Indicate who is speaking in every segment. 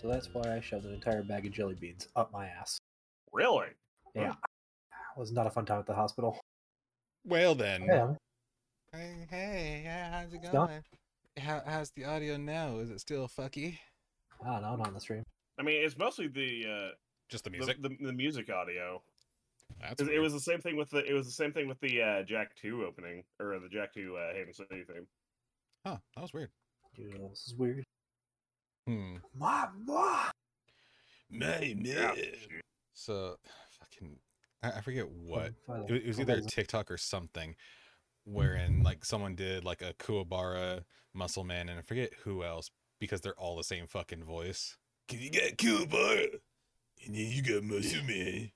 Speaker 1: So that's why I shoved an entire bag of jelly beans up my ass.
Speaker 2: Really?
Speaker 1: It was not a fun time at the hospital.
Speaker 3: Well then.
Speaker 1: Yeah.
Speaker 3: Hey, hey, yeah, how's it
Speaker 1: It's
Speaker 3: going?
Speaker 1: not-
Speaker 3: How, how's the audio now? Is it still fucky?
Speaker 1: I don't know, Ah, not on the stream.
Speaker 2: I mean, it's mostly the uh,
Speaker 3: Just the
Speaker 2: the-
Speaker 3: music.
Speaker 2: the, the, music audio.
Speaker 3: That's
Speaker 2: 'Cause It
Speaker 3: weird.
Speaker 2: was the same thing with the it was the same thing with the uh, Jack Two opening or the Jack Two uh, Haven City thing.
Speaker 3: Huh, that was weird.
Speaker 1: Dude, this is weird.
Speaker 3: Hmm.
Speaker 1: Ma, ma.
Speaker 3: My
Speaker 2: Yeah.
Speaker 3: So, fucking, I, I forget what
Speaker 1: Finally.
Speaker 3: it, wa- it was
Speaker 1: Oh,
Speaker 3: either a
Speaker 1: that's-
Speaker 3: TikTok or something, wherein like someone did like a Kuwabara muscle man, and I forget who else because they're all the same fucking voice. Cause you got Kuwabara, and then you got muscle man.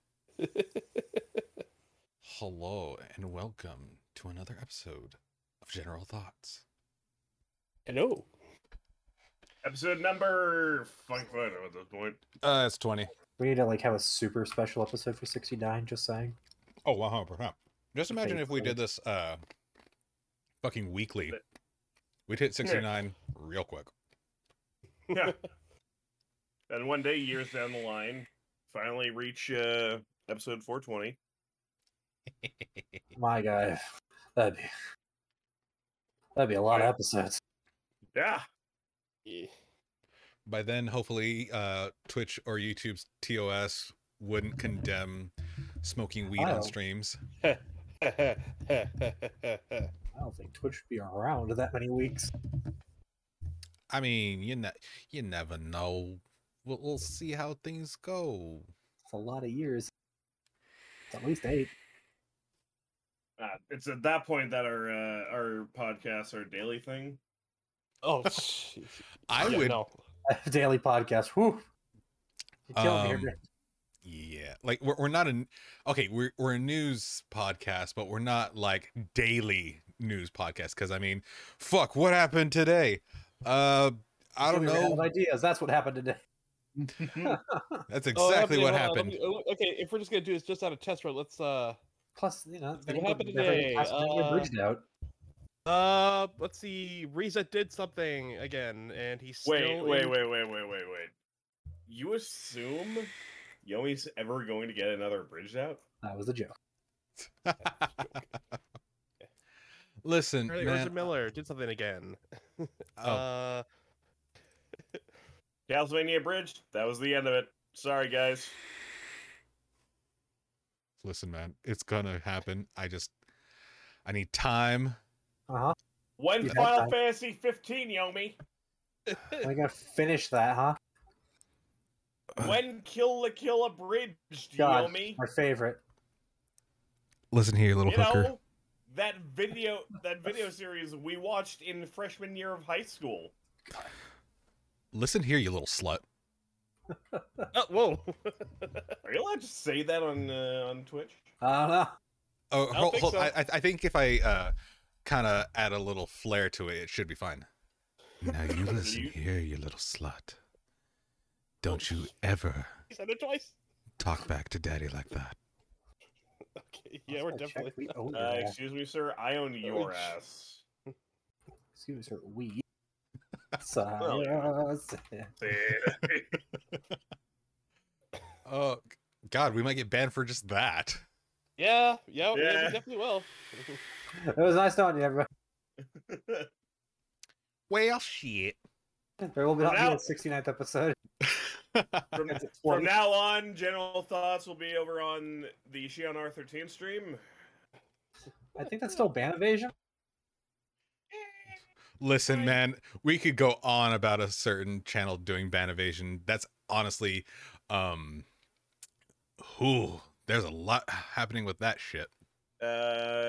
Speaker 3: Hello and welcome to another episode of General Thoughts.
Speaker 4: Hello.
Speaker 2: Episode number fucking I don't know at this point.
Speaker 3: Uh, it's twenty.
Speaker 1: We need to like have a super special episode for 69, just saying.
Speaker 3: Oh, one hundred percent. Just
Speaker 1: Okay,
Speaker 3: imagine if we
Speaker 1: cool.
Speaker 3: did this uh fucking weekly.
Speaker 2: Th-
Speaker 3: We'd hit sixty nine real quick.
Speaker 2: Yeah. and one day, years down the line, finally reach uh, episode 420.
Speaker 1: My guy. That'd be That'd be a lot of episodes.
Speaker 2: Yeah.
Speaker 4: Yeah.
Speaker 3: By then, hopefully, uh Twitch or YouTube's TOS wouldn't condemn smoking weed
Speaker 1: Oh.
Speaker 3: on streams.
Speaker 2: Uh,
Speaker 1: I don't think Twitch would be around that many weeks.
Speaker 3: I mean, you ne- you never know. We'll, we'll see how things go.
Speaker 1: It's a lot of years. It's at least eight.
Speaker 2: Uh, it's at that point that our uh, our podcasts are a daily thing.
Speaker 4: oh, jeez.
Speaker 3: I
Speaker 4: Yeah,
Speaker 3: would,
Speaker 4: No.
Speaker 1: Daily podcast. Whew. You killing me
Speaker 3: Um,
Speaker 1: here.
Speaker 3: yeah. Like we're, we're not an okay. We're we're a news podcast, but we're not like daily news podcast. Because I mean, fuck, what happened today? Uh, I don't
Speaker 1: We ran out of
Speaker 3: know.
Speaker 1: Ideas. That's what happened today.
Speaker 3: That's
Speaker 4: Oh,
Speaker 3: exactly
Speaker 4: okay, hold on, let
Speaker 3: what happened.
Speaker 4: me- oh, okay, if we're just gonna do this just out of test run, let's uh,
Speaker 1: Plus, you know,
Speaker 4: What happened
Speaker 1: never
Speaker 4: today?
Speaker 1: passed it, we
Speaker 4: Uh,
Speaker 1: bridged out.
Speaker 4: uh, let's see. Reza did something again, and he's still
Speaker 2: Wait, wait,
Speaker 4: in-
Speaker 2: wait, wait, wait, wait, wait. You assume Yomi's ever going to get another bridged out?
Speaker 1: That was a joke.
Speaker 3: Listen,
Speaker 4: Apparently, Reza
Speaker 3: man.
Speaker 4: Miller did something again.
Speaker 3: oh,
Speaker 4: Uh,
Speaker 2: Castlevania Bridge? That was the end of it. Sorry, guys.
Speaker 3: listen, man. It's gonna happen. I just, I need time.
Speaker 1: Uh huh.
Speaker 2: When
Speaker 1: Yeah,
Speaker 2: Final
Speaker 1: that-
Speaker 2: Fantasy 15, Yomi?
Speaker 1: I gotta finish that, huh?
Speaker 2: When Kill the Kill abridged,
Speaker 1: God.
Speaker 2: Yomi?
Speaker 1: My favorite.
Speaker 3: Listen here, little
Speaker 2: you
Speaker 3: hooker.
Speaker 2: know that video that video series we watched in freshman year of high school
Speaker 3: Listen here, you little slut.
Speaker 4: oh, whoa.
Speaker 2: are you allowed to say that on uh, on twitch
Speaker 1: I don't know.
Speaker 3: Oh,
Speaker 2: don't
Speaker 3: hold,
Speaker 2: think
Speaker 3: hold,
Speaker 2: so.
Speaker 3: I, I I think if I uh, kind of add a little flair to it, it should be fine. Now you Oh, listen
Speaker 2: You-
Speaker 3: here, you little slut. Don't you ever
Speaker 4: he said it twice.
Speaker 3: talk back to daddy like that.
Speaker 4: Okay, yeah, we're
Speaker 1: Check, Oh,
Speaker 4: definitely.
Speaker 1: We own your
Speaker 2: uh,
Speaker 1: ass.
Speaker 2: excuse me sir i own your
Speaker 4: sh-
Speaker 2: ass
Speaker 1: Excuse me, sir. uh, We. Sorry.
Speaker 2: Well,
Speaker 3: Oh God, we might get banned for just that.
Speaker 4: Yeah, yeah, yeah,
Speaker 2: Yeah.
Speaker 4: we definitely will.
Speaker 1: it was nice knowing you, everyone.
Speaker 3: Well, shit.
Speaker 1: There will be not be a
Speaker 2: Now-
Speaker 1: 69th episode.
Speaker 2: from,
Speaker 1: It's at 40.
Speaker 2: from now on general thoughts will be over on the Sheon r13 stream
Speaker 1: I think that's still ban evasion.
Speaker 3: Listen, man, we could go on about a certain channel doing ban evasion. That's honestly, um, whew, there's a lot happening with that shit.
Speaker 2: uh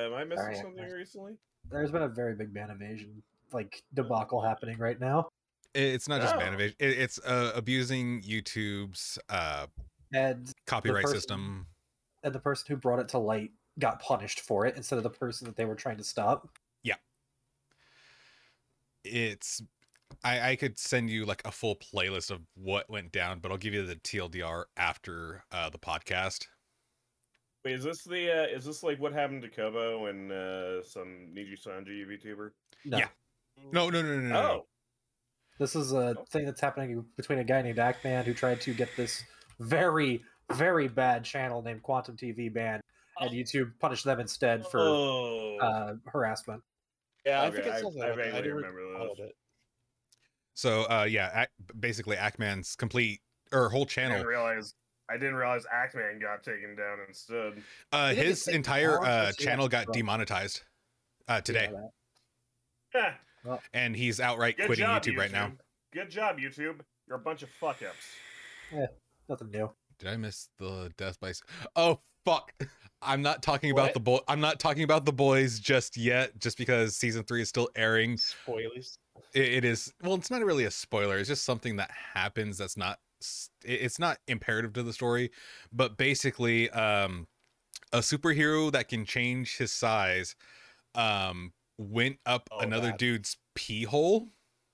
Speaker 2: am i missing
Speaker 1: Alright.
Speaker 2: something recently
Speaker 1: There's been a very big ban evasion like debacle happening right now.
Speaker 3: I- It's not just ban
Speaker 2: Oh.
Speaker 3: evasion. It, it's uh, abusing YouTube's uh,
Speaker 1: And
Speaker 3: copyright
Speaker 1: person-
Speaker 3: system.
Speaker 1: and the person who brought it to light got punished for it instead of the person that they were trying to stop.
Speaker 3: It's I, I could send you like a full playlist of what went down, but I'll give you the TLDR after uh, the podcast.
Speaker 2: wait is this the uh, is this like what happened to kobo and uh some niji sanji youtuber
Speaker 1: No.
Speaker 3: Hmm. Yeah. No, no, no, no, no. no.
Speaker 2: oh
Speaker 1: This is a thing that's happening between a guy named Ackman who tried to get this very, very bad channel named Quantum TV banned, and YouTube punished them instead for
Speaker 2: oh,
Speaker 1: uh, harassment.
Speaker 5: Yeah,
Speaker 2: Okay,
Speaker 5: I think
Speaker 2: I-
Speaker 5: it's something
Speaker 2: I
Speaker 5: like that.
Speaker 2: vaguely
Speaker 5: didn't
Speaker 2: remember
Speaker 5: recall
Speaker 2: those.
Speaker 5: it.
Speaker 3: So uh yeah, Ac- basically Ackman's complete or whole
Speaker 2: I
Speaker 3: channel.
Speaker 2: didn't realize I didn't realize Ackman got taken down instead.
Speaker 3: Uh
Speaker 1: They didn't
Speaker 3: his
Speaker 1: take
Speaker 3: entire
Speaker 1: long to
Speaker 3: uh
Speaker 1: see
Speaker 3: channel
Speaker 1: that,
Speaker 3: got
Speaker 1: bro.
Speaker 3: demonetized uh
Speaker 1: You know
Speaker 3: today
Speaker 1: that.
Speaker 2: Heh,
Speaker 3: and he's outright
Speaker 2: Good
Speaker 3: quitting
Speaker 2: job,
Speaker 3: YouTube right now.
Speaker 2: Good job, YouTube. You're a bunch of fuck ups.
Speaker 1: Nothing new.
Speaker 3: Did I miss the death by? s- Oh fuck! I'm not talking about
Speaker 5: What?
Speaker 3: the boy. I'm not talking about the boys just yet, just because season three is still airing.
Speaker 5: Spoilers.
Speaker 3: I- it is well, it's not really a spoiler. It's just something that happens that's not. s- i- It's not imperative to the story, but basically, um, a superhero that can change his size, um, went up
Speaker 5: Oh,
Speaker 3: another
Speaker 5: God.
Speaker 3: dude's pee hole.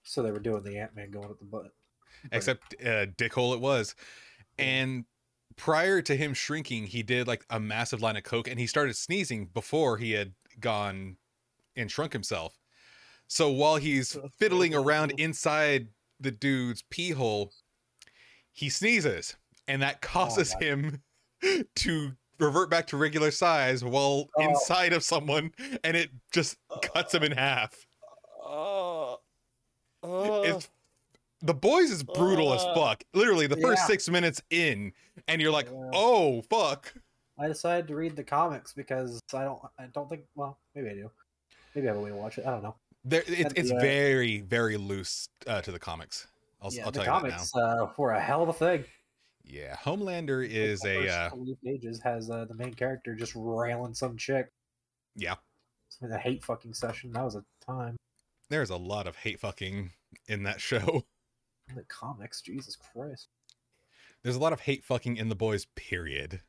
Speaker 1: So they were doing the Ant Man going at the butt. But
Speaker 3: except uh, dickhole it was. And prior to him shrinking, he did like a massive line of coke, and he started sneezing before he had gone and shrunk himself. So while he's fiddling around inside the dude's pee hole, he sneezes, and
Speaker 1: Oh
Speaker 3: that causes
Speaker 1: God.
Speaker 3: him to revert back to regular size while
Speaker 1: Oh.
Speaker 3: inside of someone, and it just cuts him in half.
Speaker 4: Uh,
Speaker 5: Oh.
Speaker 3: it's the boys is brutal as
Speaker 5: uh,
Speaker 3: fuck. Literally, the first
Speaker 1: yeah.
Speaker 3: six minutes in, and you're like,
Speaker 1: Yeah.
Speaker 3: "Oh fuck!"
Speaker 1: I decided to read the comics because I don't. I don't think. Well, maybe I do. Maybe I have a way to watch it. I don't know.
Speaker 3: There, it,
Speaker 1: And
Speaker 3: it's
Speaker 1: the, uh,
Speaker 3: very, very loose uh, to the comics. I'll,
Speaker 1: yeah,
Speaker 3: I'll
Speaker 1: the
Speaker 3: tell you that now.
Speaker 1: comics uh, were a hell of a thing.
Speaker 3: Yeah, Homelander is
Speaker 1: Like, the
Speaker 3: a
Speaker 1: first
Speaker 3: uh,
Speaker 1: couple of pages has uh, the main character just railing some chick.
Speaker 3: yeah.
Speaker 1: It's been a hate fucking session. That was a time.
Speaker 3: There's a lot of hate fucking in that show.
Speaker 1: In the comics, Jesus Christ.
Speaker 3: There's a lot of hate fucking in the boys. Period.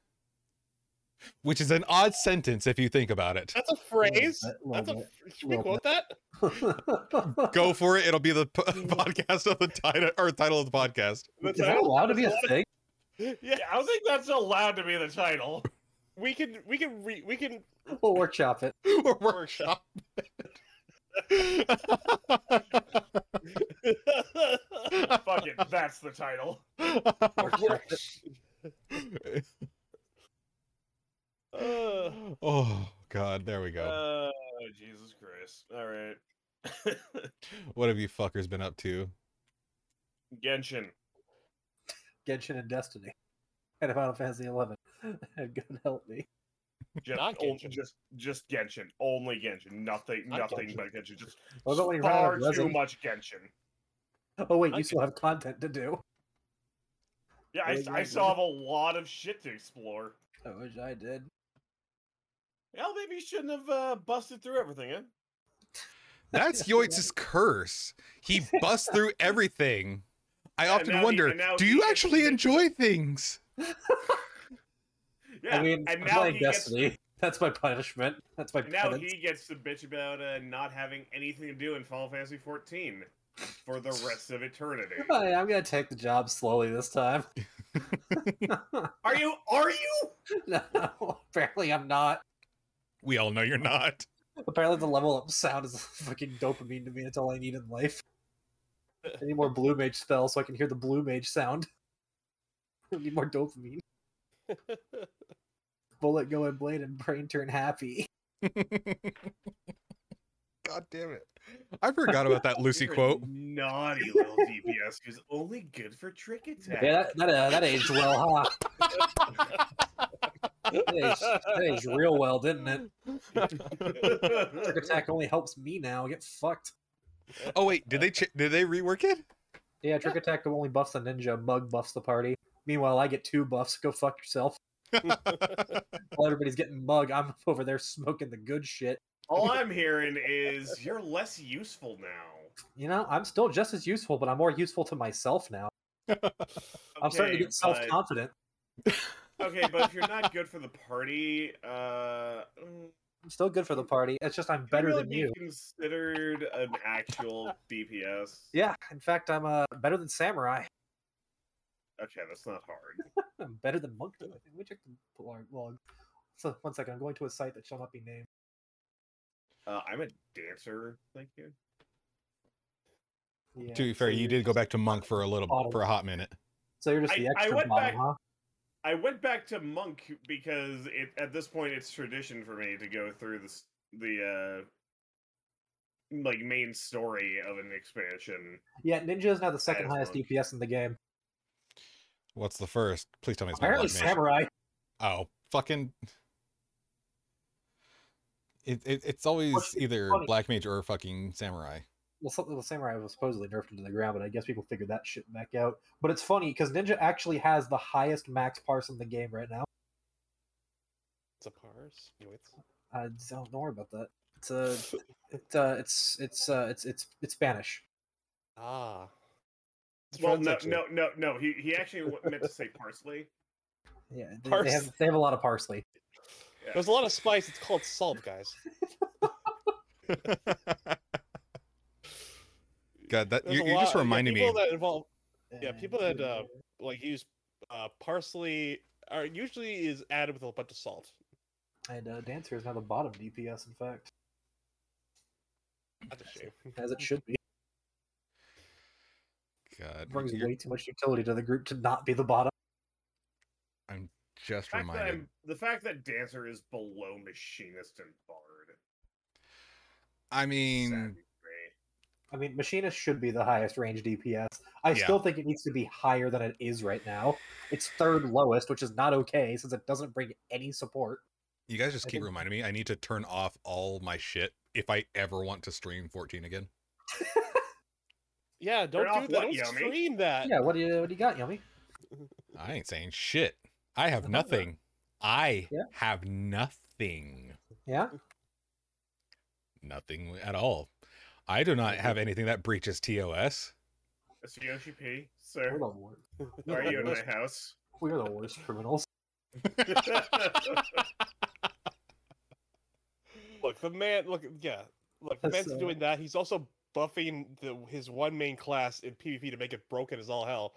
Speaker 3: Which is an odd sentence if you think about it.
Speaker 4: That's a phrase.
Speaker 1: Little
Speaker 4: That's a.
Speaker 1: bit,
Speaker 4: Should we
Speaker 1: little
Speaker 4: quote that?
Speaker 3: Go for it. It'll be the p-
Speaker 1: Mm.
Speaker 3: podcast of the title or title of the podcast.
Speaker 4: The
Speaker 1: Is that
Speaker 4: title?
Speaker 1: allowed to be a thing?
Speaker 4: Yeah,
Speaker 2: I don't think that's allowed to be the title.
Speaker 4: we can. We can. Re- we can.
Speaker 1: We'll workshop it.
Speaker 3: Or
Speaker 4: Workshop.
Speaker 2: fuck it, that's the title.
Speaker 3: workshop.
Speaker 1: Workshop it.
Speaker 4: Uh,
Speaker 3: oh god there we go
Speaker 2: Oh, Jesus Christ. All right.
Speaker 3: what have you fuckers been up to
Speaker 2: Genshin.
Speaker 1: Genshin and Destiny. And Final Fantasy Eleven. And God help me.
Speaker 2: Just,
Speaker 4: Not
Speaker 2: on-
Speaker 4: Genshin.
Speaker 2: just just Genshin. Only Genshin. Nothing
Speaker 4: Not
Speaker 2: nothing
Speaker 4: Genshin.
Speaker 2: but Genshin. Just
Speaker 1: What about when you run out
Speaker 2: far
Speaker 1: of
Speaker 2: too
Speaker 1: resin?
Speaker 2: much Genshin.
Speaker 1: Oh wait,
Speaker 4: I
Speaker 1: you still have content to do.
Speaker 2: Yeah, I,
Speaker 1: Wait,
Speaker 2: I
Speaker 1: wait,
Speaker 2: still have a lot of shit to explore.
Speaker 1: I wish I did.
Speaker 2: Well, maybe you shouldn't have uh, busted through everything, eh?
Speaker 3: that's yoitz's curse he busts through everything i often
Speaker 2: now he-
Speaker 3: wonder
Speaker 2: and now
Speaker 3: do
Speaker 2: he
Speaker 3: you
Speaker 2: gets
Speaker 3: actually
Speaker 2: to-
Speaker 3: enjoy things
Speaker 2: Yeah.
Speaker 1: I mean
Speaker 2: and
Speaker 1: I'm
Speaker 2: now
Speaker 1: playing
Speaker 2: he gets
Speaker 1: Destiny. That's my punishment. That's my
Speaker 2: And now
Speaker 1: penance.
Speaker 2: he gets to bitch about uh, not having anything to do in Final Fantasy 14 for the rest of eternity.
Speaker 1: Hey, I'm gonna take the job slowly this time.
Speaker 2: Are you? Are you?
Speaker 1: no, apparently I'm not.
Speaker 3: we all know you're not
Speaker 1: Apparently the level up sound is fucking dopamine to me. It's all I need in life. I need more blue mage spells so I can hear the blue mage sound. I need more dopamine. Bullet go and blade and brain turn happy.
Speaker 3: god damn it i forgot about that lucy
Speaker 2: You're a
Speaker 3: quote
Speaker 2: Naughty little DPS who's only good for trick attack.
Speaker 1: Yeah, that that, uh, that aged well, huh? that, aged, that aged real well, didn't it? Trick attack only helps me now. Get fucked.
Speaker 3: oh wait did they ch- did they rework it
Speaker 1: Yeah, trick attack only buffs the ninja. Mug buffs the party. Meanwhile, I get two buffs. Go fuck yourself. While everybody's getting mug, I'm over there smoking the good shit.
Speaker 2: All I'm hearing is you're less useful now.
Speaker 1: You know, I'm still just as useful, but I'm more useful to myself now. I'm starting to
Speaker 2: Okay,
Speaker 1: get self confident.
Speaker 2: but- Okay, but if you're not good for the party, uh, mm,
Speaker 1: I'm still good for the party. It's just I'm
Speaker 2: can
Speaker 1: better
Speaker 2: really
Speaker 1: than
Speaker 2: be
Speaker 1: you.
Speaker 2: Considered an actual DPS.
Speaker 1: Yeah, in fact, I'm uh, better than samurai.
Speaker 2: Okay, that's not hard.
Speaker 1: I'm better than monk. Though. I think we checked the blog. log. So one second, I'm going to a site that shall not be named.
Speaker 2: Uh, I'm a dancer. Thank you.
Speaker 1: Yeah,
Speaker 3: to be
Speaker 1: so
Speaker 3: fair, you
Speaker 1: you're
Speaker 3: did go
Speaker 1: just-
Speaker 3: back to monk for a little
Speaker 1: Bottom.
Speaker 3: for a hot minute.
Speaker 1: So you're just
Speaker 2: I-
Speaker 1: the
Speaker 2: I
Speaker 1: extra
Speaker 2: went
Speaker 1: bottom,
Speaker 2: back-
Speaker 1: huh?
Speaker 2: I went back to monk because it, at this point it's tradition for me to go through this the uh like main story of an expansion.
Speaker 1: Yeah, Ninja is now the second
Speaker 2: is
Speaker 1: highest
Speaker 2: monk.
Speaker 1: DPS in the game.
Speaker 3: What's the first? Please tell me it's not
Speaker 1: Apparently,
Speaker 3: Blood Mage.
Speaker 1: Samurai.
Speaker 3: Oh, fucking. It, it, it's always
Speaker 1: What's
Speaker 3: either
Speaker 1: funny?
Speaker 3: Black Mage or fucking Samurai.
Speaker 1: Well, something with Samurai was supposedly nerfed into the ground, but I guess people figured that shit back out. But it's funny because Ninja actually has the highest max parse in the game right now.
Speaker 5: It's a parse. You know, it's-
Speaker 1: Uh, don't don't worry about that. It's uh, it, uh, it's it's uh, it's it's it's Spanish.
Speaker 5: Ah. It's
Speaker 2: Well,
Speaker 5: friends,
Speaker 2: no,
Speaker 5: actually.
Speaker 2: no, no, no. He he actually wa- meant to say parsley.
Speaker 1: Yeah, they, they have
Speaker 5: Parsley.
Speaker 1: they have a lot of parsley.
Speaker 5: There's a lot of spice. It's called salt, guys.
Speaker 3: God, that
Speaker 5: There's
Speaker 3: you
Speaker 5: a
Speaker 3: you're just
Speaker 5: lot- yeah,
Speaker 3: reminding me.
Speaker 5: people that involve Yeah,
Speaker 1: And
Speaker 5: people that, uh,
Speaker 1: the-
Speaker 5: like use uh, parsley are usually is added with a bunch of salt.
Speaker 1: and uh, Dancer is now the bottom DPS. In fact,
Speaker 5: That's a shame.
Speaker 1: as it should be,
Speaker 3: God,
Speaker 1: it brings
Speaker 3: you're-
Speaker 1: way too much utility to the group to not be the bottom.
Speaker 3: I'm just
Speaker 2: The fact, that
Speaker 3: reminded.
Speaker 2: I'm- the fact that dancer is below machinist and bard. is
Speaker 3: I mean,
Speaker 2: sad to me.
Speaker 1: I mean, Machinist should be the highest range DPS. I
Speaker 3: Yeah.
Speaker 1: still think it needs to be higher than it is right now. It's third lowest, which is not okay since it doesn't bring any support.
Speaker 3: you guys just
Speaker 1: I
Speaker 3: keep
Speaker 1: think-
Speaker 3: reminding me. I need to turn off all my shit if I ever want to stream 14 again.
Speaker 5: Yeah, don't
Speaker 2: off
Speaker 5: do that.
Speaker 2: what,
Speaker 5: Don't
Speaker 2: Yomi?
Speaker 5: stream that.
Speaker 1: Yeah, what do you what do you got, Yummy?
Speaker 3: I ain't saying shit. I have
Speaker 1: Uh-huh.
Speaker 3: nothing. I
Speaker 1: Yeah.
Speaker 3: have nothing.
Speaker 1: Yeah,
Speaker 3: Nothing at all. I do not have anything that breaches TOS.
Speaker 2: Mr. Yoshi P,
Speaker 1: we're
Speaker 2: sir,
Speaker 1: the worst.
Speaker 2: are you in my house?
Speaker 1: We're the worst criminals.
Speaker 5: Look, the man. Look, yeah. Look, the
Speaker 1: That's,
Speaker 5: man's
Speaker 1: uh,
Speaker 5: doing that. He's also buffing the, his one main class in PvP to make it broken as all hell.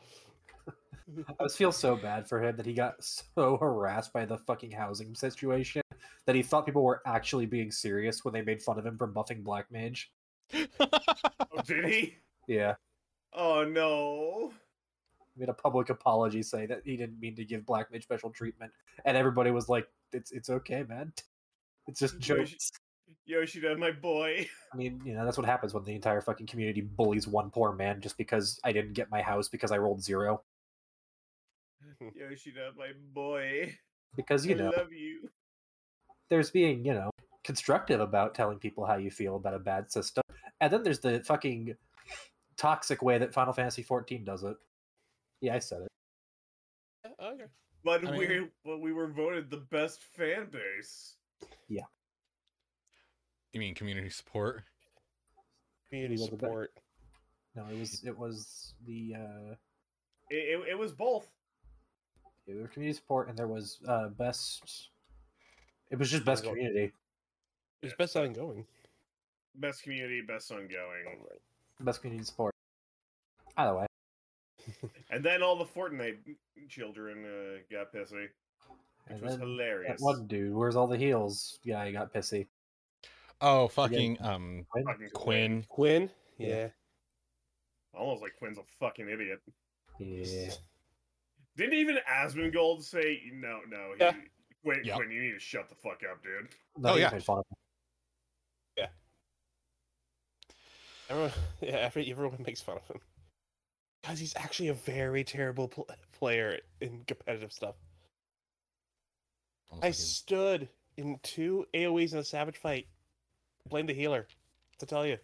Speaker 1: I just feel so bad for him that he got so harassed by the fucking housing situation that he thought people were actually being serious when they made fun of him for buffing Black Mage.
Speaker 2: oh, did he?
Speaker 1: Yeah,
Speaker 2: Oh no.
Speaker 1: made a public apology saying that he didn't mean to give Black Mage special treatment, and everybody was like, "It's it's okay, man. It's just
Speaker 2: Yoshi-
Speaker 1: jokes."
Speaker 2: Yoshida, my boy.
Speaker 1: I mean, you know, that's what happens when the entire fucking community bullies one poor man just because I didn't get my house because I rolled zero.
Speaker 2: Yoshida, my boy.
Speaker 1: Because, you
Speaker 2: I
Speaker 1: know,
Speaker 2: love you.
Speaker 1: there's being, you know, constructive about telling people how you feel about a bad system. And then there's the fucking toxic way that Final Fantasy XIV does it. Yeah, I said it.
Speaker 5: Yeah, okay.
Speaker 2: But
Speaker 3: I mean-
Speaker 2: we but we were voted the best fan base.
Speaker 3: You mean community support?
Speaker 5: Community
Speaker 1: love the ba-
Speaker 5: support.
Speaker 1: No, it was it was the uh
Speaker 2: It, it, it was both.
Speaker 1: it was community support and there was uh best it was just best
Speaker 5: Result.
Speaker 1: community.
Speaker 5: It's best on going.
Speaker 2: Best community, best ongoing.
Speaker 1: Best community support. Either way.
Speaker 2: And then all the Fortnite children uh, got pissy, which
Speaker 1: And
Speaker 2: was
Speaker 1: then that
Speaker 2: hilarious.
Speaker 1: one dude, where's all the heels? Yeah, I got pissy.
Speaker 3: Oh, fucking um
Speaker 1: Quinn?
Speaker 2: Fucking
Speaker 3: Quinn.
Speaker 5: Quinn.
Speaker 1: Yeah.
Speaker 5: Yeah.
Speaker 2: Almost like Quinn's a fucking idiot.
Speaker 1: Yeah.
Speaker 2: Didn't even Asmongold say no, no. He,
Speaker 5: Yeah.
Speaker 2: Quinn,
Speaker 3: Yeah.
Speaker 2: Quinn, you need to shut the fuck up, dude.
Speaker 1: No,
Speaker 3: Oh,
Speaker 1: he
Speaker 3: yeah.
Speaker 1: just made fun of him.
Speaker 5: Everyone, yeah, every, everyone makes fun of him because he's actually a very terrible pl- player in competitive stuff.
Speaker 3: Almost
Speaker 5: I
Speaker 3: like his-
Speaker 5: stood in two AOE's in a savage fight. Blame the healer, to tell you,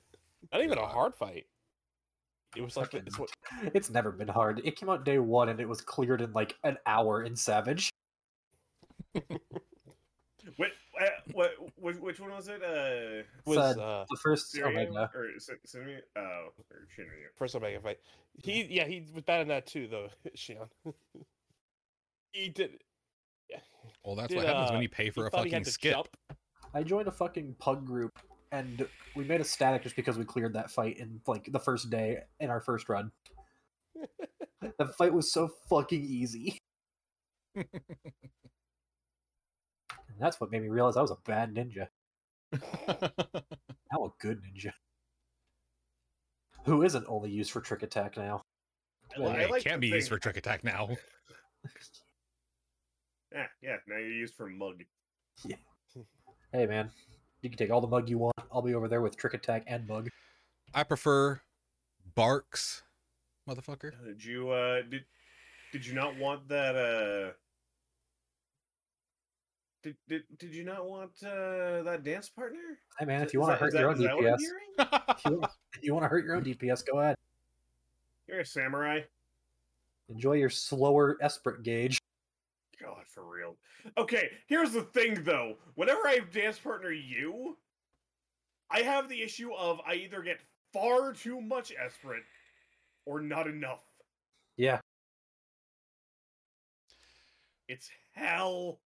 Speaker 5: not even a hard fight. It was like
Speaker 1: Fucking-
Speaker 5: it's what
Speaker 1: It's never been hard. It came out day one and it was cleared in like an hour in Savage.
Speaker 2: What, uh, what, which, which one was it? Uh,
Speaker 5: was
Speaker 1: Sad.
Speaker 5: uh,
Speaker 1: The first
Speaker 2: Syria
Speaker 1: Omega.
Speaker 2: or Sin- Sinria? Oh, or Shinryu.
Speaker 5: first Omega fight. He yeah he was bad in that too though. Shion. he did. Yeah,
Speaker 3: Well, that's
Speaker 5: did,
Speaker 3: what happens
Speaker 5: uh,
Speaker 3: when you pay for
Speaker 5: he
Speaker 3: a
Speaker 5: thought he
Speaker 3: fucking
Speaker 5: had to
Speaker 3: skip.
Speaker 5: jump.
Speaker 1: I joined a fucking pug group and we made a static just because we cleared that fight in like the first day in our first run. the fight was so fucking easy. and that's what made me realize I was a bad
Speaker 5: Uh,
Speaker 1: ninja. Now a good ninja. who isn't only used for trick attack now.
Speaker 2: Well, I
Speaker 3: it
Speaker 2: like
Speaker 3: can't
Speaker 2: to
Speaker 3: be used for
Speaker 2: think-
Speaker 3: trick attack now.
Speaker 2: Yeah, yeah. Now you're used for mug.
Speaker 1: Hey man, you can take all the mug you want. I'll be over there with trick attack and mug.
Speaker 3: I prefer barks, motherfucker.
Speaker 2: Did you uh did did you not want that uh did did, did you not want uh that dance partner?
Speaker 1: Hey man,
Speaker 2: Is-
Speaker 1: if you
Speaker 2: is
Speaker 1: want to
Speaker 2: that- is
Speaker 1: hurt your own
Speaker 2: that- is that what I'm
Speaker 1: DPS,
Speaker 2: hearing?
Speaker 1: if you- if you want to hurt your own DPS, go ahead.
Speaker 2: You're a samurai.
Speaker 1: Enjoy your slower esprit gauge.
Speaker 2: God, for real. Okay, here's the thing though. Whenever I dance partner you, I have the issue of I either get far too much Esperant or not enough.
Speaker 1: Yeah,
Speaker 2: It's hell.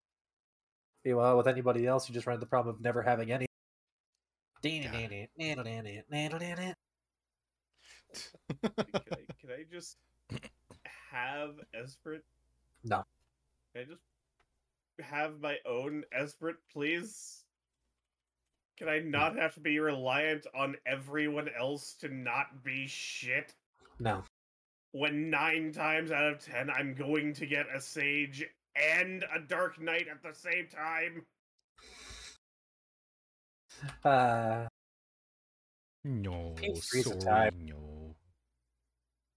Speaker 1: Meanwhile, with anybody else, you just run into the problem of never having any.
Speaker 2: can, I, can I just have Esperant?
Speaker 1: No.
Speaker 2: Can I just have my own Esperant, please? Can I not have to be reliant on everyone else to not be shit?
Speaker 1: No,
Speaker 2: when nine times out of ten I'm going to get a sage and a dark knight at the same time.
Speaker 1: uh,
Speaker 3: No,
Speaker 1: Pink three's a
Speaker 3: sorry,
Speaker 1: tie.
Speaker 3: no.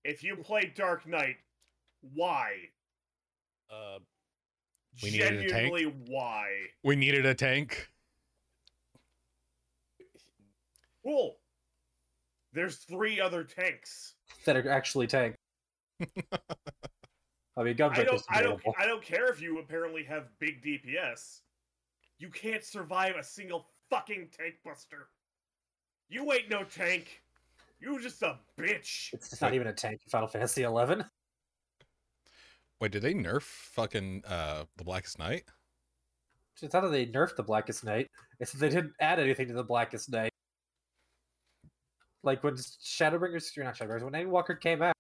Speaker 2: If you play dark knight, why?
Speaker 5: Uh,
Speaker 3: We needed a tank?
Speaker 2: Genuinely, why?
Speaker 3: We needed a tank.
Speaker 2: Cool. There's three other tanks.
Speaker 1: that are actually tank. I mean, Gumdrek
Speaker 2: I don't.
Speaker 1: is
Speaker 2: I don't.
Speaker 1: available.
Speaker 2: I don't care if you apparently have big DPS. You can't survive a single fucking tank buster. You ain't no tank. You just a bitch.
Speaker 1: It's not even a tank in Final Fantasy Eleven.
Speaker 3: Wait, did they nerf fucking uh the Blackest Knight?
Speaker 1: It's not that they nerfed the Blackest Knight; it's that they didn't add anything to the Blackest Knight. Like when Shadowbringers, you're not Shadowbringers, when Walker came out,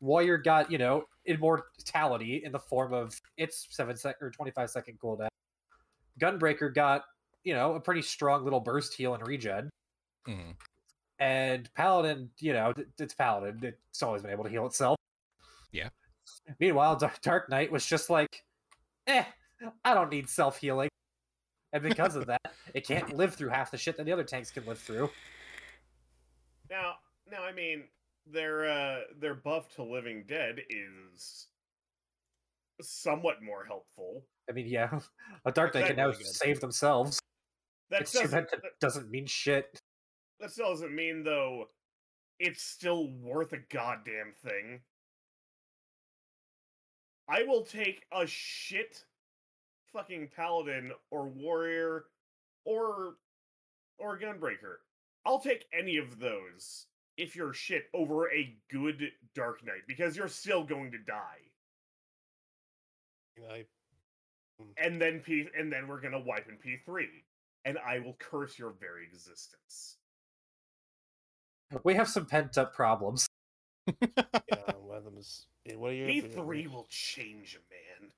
Speaker 1: Warrior got you know immortality in the form of its seven sec or twenty five second cooldown. Gunbreaker got you know a pretty strong little burst heal and regen,
Speaker 3: Mm.
Speaker 1: and Paladin, you know, th- it's Paladin; it's always been able to heal itself.
Speaker 3: Yeah.
Speaker 1: Meanwhile, Dark Dark Knight was just like, eh, I don't need self healing. And because of that, it can't live through half the shit that the other tanks can live through.
Speaker 2: Now, now, I mean, their uh, their buff to Living Dead is somewhat more helpful.
Speaker 1: I mean, yeah, a dark knight can now
Speaker 5: Exactly.
Speaker 1: save themselves.
Speaker 2: That
Speaker 1: It's too
Speaker 2: doesn't
Speaker 1: bad
Speaker 2: that,
Speaker 1: that doesn't mean shit.
Speaker 2: that still doesn't mean though it's still worth a goddamn thing. I will take a shit fucking paladin or warrior or or gunbreaker. I'll take any of those if you're shit over a good dark knight because you're still going to die.
Speaker 5: I,
Speaker 2: and then P and then we're gonna wipe in P three, and I will curse your very existence.
Speaker 1: We have some pent up problems.
Speaker 5: yeah, one of them is. yeah, What are your
Speaker 2: P three will change a man.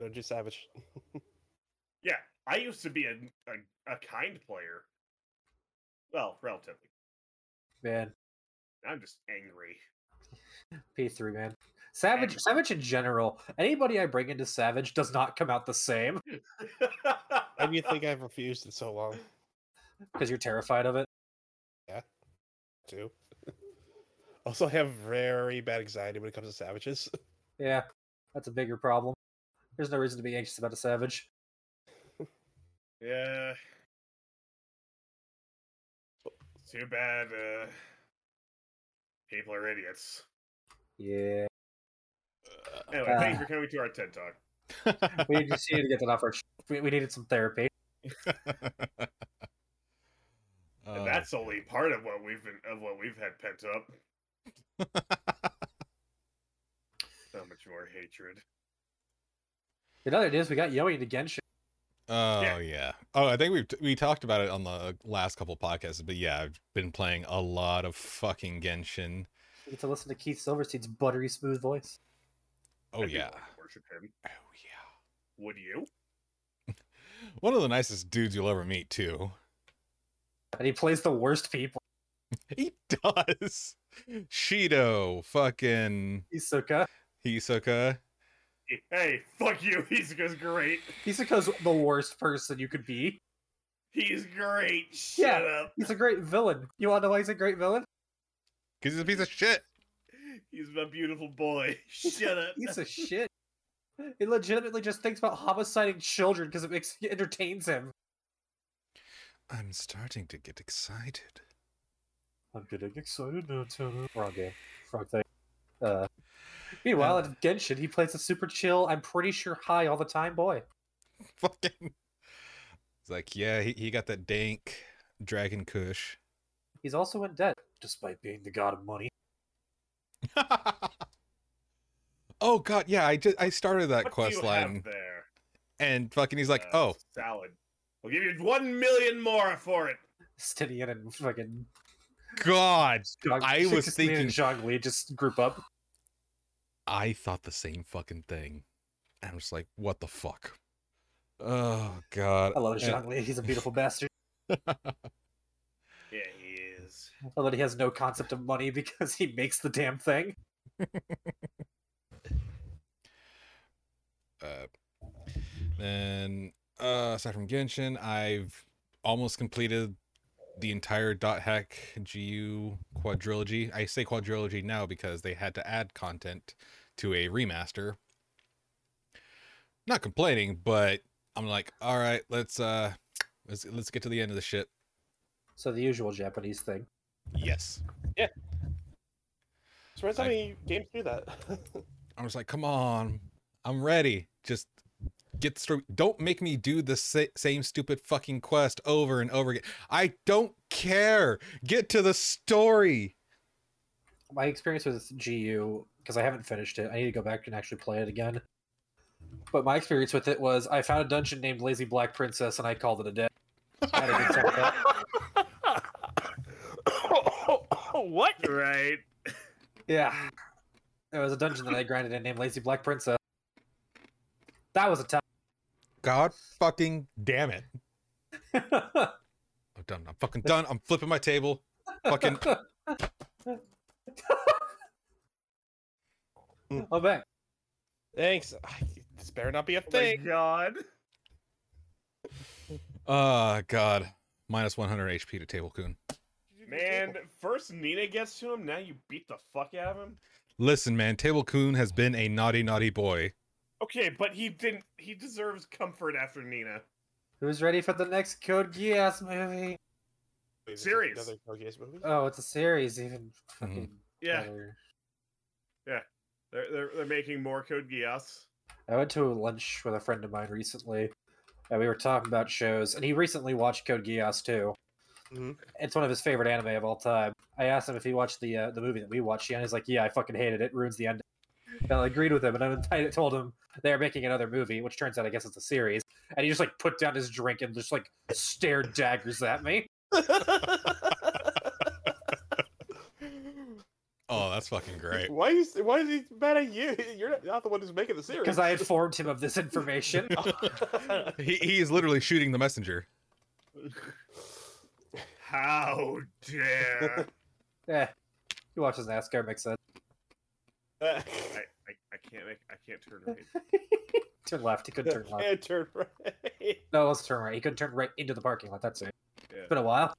Speaker 5: Don't just savage.
Speaker 2: Yeah, I used to be a a, a kind player. Well, relatively.
Speaker 1: Man,
Speaker 2: I'm just angry.
Speaker 1: P3 man, Savage,
Speaker 2: And-
Speaker 1: Savage in general. Anybody I bring into Savage does not come out the same
Speaker 5: Why do you think I've refused it so long?
Speaker 1: because you're terrified of it.
Speaker 5: Too. Also, I have very bad anxiety when it comes to savages.
Speaker 1: Yeah, that's a bigger problem. There's no reason to be anxious about a Savage.
Speaker 2: yeah. Too bad. Uh, people are idiots.
Speaker 1: Yeah,
Speaker 2: Anyway,
Speaker 3: Uh,
Speaker 2: thanks for coming to our TED talk.
Speaker 1: we just needed to get that off our. ch- We, we needed some therapy.
Speaker 3: Uh,
Speaker 2: And that's only part of what we've been of what we've had pent up. so much more hatred.
Speaker 1: In other news, we got Yoey to Genshin.
Speaker 3: Oh yeah. Oh, I think we we talked about it on the last couple podcasts, but yeah, I've been playing a lot of fucking Genshin.
Speaker 1: You get to listen to Keith Silverstein's buttery smooth voice.
Speaker 3: Oh
Speaker 2: I do
Speaker 3: yeah.
Speaker 2: wanna worship him.
Speaker 3: Oh yeah.
Speaker 2: Would you?
Speaker 3: One of the nicest dudes you'll ever meet too.
Speaker 1: And he plays the worst people.
Speaker 3: He does. Shido, fucking
Speaker 1: Hisoka.
Speaker 3: Hisoka.
Speaker 2: Hey, fuck you. He's just great.
Speaker 1: Hisoka's the worst person you could be.
Speaker 2: He's great. Shut
Speaker 1: Yeah.
Speaker 2: up.
Speaker 1: He's a great villain. You want to know why he's a great villain?
Speaker 3: Because he's a piece of shit.
Speaker 2: He's my beautiful boy. Shut up.
Speaker 1: He's a shit. He legitimately just thinks about homiciding children because it makes it entertains him.
Speaker 3: I'm starting to get excited.
Speaker 1: I'm getting excited now, Tanner. Wrong game. Wrong thing. Uh, meanwhile, at Genshin, he plays a super chill, I'm pretty sure high all the time boy.
Speaker 3: Fucking. It's like, yeah, he, he got that dank dragon kush.
Speaker 1: He's also in debt, despite being the god of money.
Speaker 3: oh god, yeah, I just I started that
Speaker 2: What do
Speaker 3: quest
Speaker 2: you have
Speaker 3: line
Speaker 2: there?
Speaker 3: and fucking he's like,
Speaker 2: Uh,
Speaker 3: oh,
Speaker 2: salad. We'll give you one million more for it.
Speaker 1: Stinian and fucking.
Speaker 3: God.
Speaker 1: Zhang-
Speaker 3: I
Speaker 1: Stinian
Speaker 3: was
Speaker 1: and
Speaker 3: thinking-
Speaker 1: Zhongli just group up.
Speaker 3: I thought the same fucking thing. I'm just like, what the fuck? Oh god.
Speaker 1: I love
Speaker 3: And-
Speaker 1: Zhongli. He's a beautiful bastard.
Speaker 2: Yeah, he is.
Speaker 1: Although he has no concept of money because he makes the damn thing.
Speaker 3: Uh, then uh, aside from Genshin, I've almost completed the entire Dot Hack GU quadrilogy. I say quadrilogy now because they had to add content to a remaster. Not complaining, but I'm like, all right, let's uh, let's let's get to the end of the shit.
Speaker 1: So the usual Japanese thing.
Speaker 3: Yes.
Speaker 5: Surprised how
Speaker 3: I-
Speaker 5: many games do that.
Speaker 3: I was like, come on, I'm ready. Just get through. Don't make me do the sa- same stupid fucking quest over and over again. I don't care. Get to the story.
Speaker 1: My experience with GU, because I haven't finished it, I need to go back and actually play it again. But my experience with it was I found a dungeon named Lazy Black Princess and I called it a day. I had a good time with that.
Speaker 4: what?
Speaker 2: Right.
Speaker 1: Yeah. It was a dungeon that I grinded in named Lazy Black Princess. That was a time.
Speaker 3: God fucking damn it. I'm done. I'm fucking done. I'm flipping my table. Fucking
Speaker 1: I'm back.
Speaker 5: Thanks. I, this better not be a
Speaker 2: Thank
Speaker 5: thing.
Speaker 2: Oh God.
Speaker 3: ah god. Minus 100 HP to table coon.
Speaker 2: Man, first Nina gets to him, now you beat the fuck out of him.
Speaker 3: Listen, man, Table Coon has been a naughty, naughty boy.
Speaker 2: Okay, but he didn't. He deserves comfort after Nina.
Speaker 1: Who's ready for the next Code Geass movie?
Speaker 5: Wait, is it
Speaker 2: Serious. Uh.
Speaker 5: Another Code Geass movie?
Speaker 1: Oh, it's a series, even fucking
Speaker 2: Yeah,
Speaker 1: better.
Speaker 2: they're, they're, they're making more Code Geass.
Speaker 1: I went to lunch with a friend of mine recently, and we were talking about shows, and he recently watched Code Geass too.
Speaker 5: Mhm.
Speaker 1: It's one of his favorite anime of all time. I asked him if he watched the uh, the movie that we watched, and he's like, "Yeah, I fucking hated it. Ruins the ending." And I agreed with him, and I- I told him they are making another movie, which turns out I guess it's a series. And he just like put down his drink and just like stared daggers at me.
Speaker 5: Mm-hmm.
Speaker 3: Oh, that's fucking great.
Speaker 5: Why is why is he mad at you? You're not- not the one who's making the series.
Speaker 1: because I informed him of this information.
Speaker 3: He, he is literally shooting the messenger.
Speaker 2: How dare!
Speaker 1: yeah, Eh, he watches NASCAR. Makes sense.
Speaker 2: I, I, I can't make. I can't turn right.
Speaker 1: Turn left. He couldn't turn left.
Speaker 5: Can't turn right.
Speaker 1: No, let's turn right. He couldn't turn right into the parking lot. That's it. It's
Speaker 2: Yeah.
Speaker 1: been a while.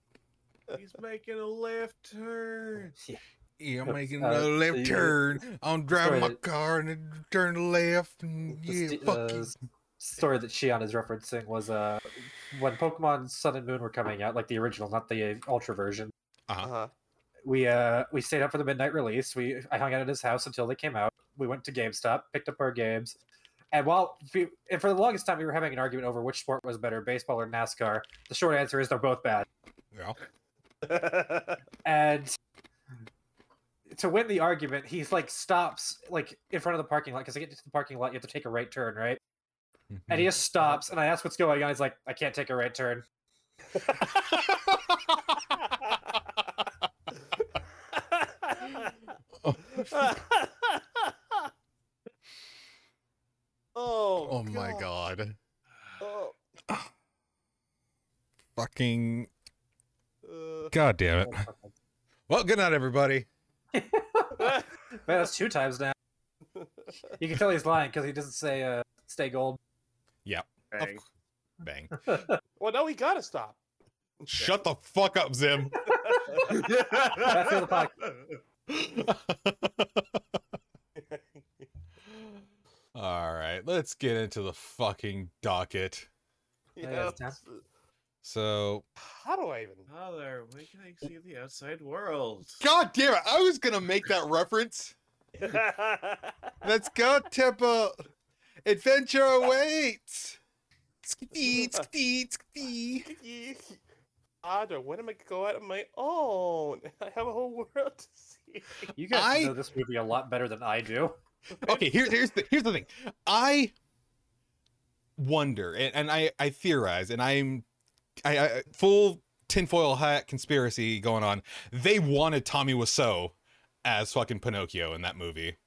Speaker 2: He's making a left turn.
Speaker 1: Yeah.
Speaker 3: Yeah, I'm
Speaker 1: Uh,
Speaker 3: making
Speaker 1: uh,
Speaker 3: another left
Speaker 1: the-
Speaker 3: turn. I'm driving my
Speaker 1: sorry.
Speaker 3: car and then turn left. And
Speaker 1: The
Speaker 3: yeah,
Speaker 1: st-
Speaker 3: fuck
Speaker 1: uh,
Speaker 3: you.
Speaker 1: s- story that Shion is referencing was uh, when Pokemon Sun and Moon were coming out, like the original, not the Ultra version.
Speaker 5: Uh-huh.
Speaker 1: We uh we stayed up for the midnight release. We I hung out at his house until they came out. We went to GameStop, picked up our games, and while we, and for the longest time we were having an argument over which sport was better, baseball or NASCAR. The short answer is they're both bad.
Speaker 3: Yeah.
Speaker 1: and to win the argument, he's like stops like in front of the parking lot because to get to the parking lot, you have to take a right turn, right?
Speaker 3: Mm-hmm.
Speaker 1: And he just stops, and I ask what's going on. He's like, "I can't take a right turn."
Speaker 3: oh,
Speaker 5: oh,
Speaker 3: oh my god.
Speaker 5: Oh,
Speaker 3: Fucking.
Speaker 5: uh,
Speaker 3: God damn
Speaker 1: Oh.
Speaker 3: it. Well, good night, everybody.
Speaker 1: Man, that's two times now. You can tell he's lying because he doesn't say uh, "stay gold."
Speaker 3: Of
Speaker 2: Bang.
Speaker 3: cou- Bang.
Speaker 5: Well, now we gotta stop.
Speaker 3: Shut the fuck up, Zim.
Speaker 1: That's the other podcast.
Speaker 3: All right, let's get into the fucking docket.
Speaker 1: Yeah, it's time.
Speaker 3: So,
Speaker 5: How do I even?
Speaker 2: Father, we can I see the outside world.
Speaker 3: God damn it, I was gonna make that reference. Let's go, Temple. Adventure awaits. Skitty, skitty, skitty.
Speaker 5: Otto, when am I gonna go out on my own? I have a whole world to see.
Speaker 1: You guys
Speaker 3: I-
Speaker 1: know this movie a lot better than I do.
Speaker 3: okay here's here's the here's the thing i wonder and, and i i theorize and i'm i, I full tinfoil hat conspiracy going on they wanted tommy Wiseau as fucking pinocchio in that movie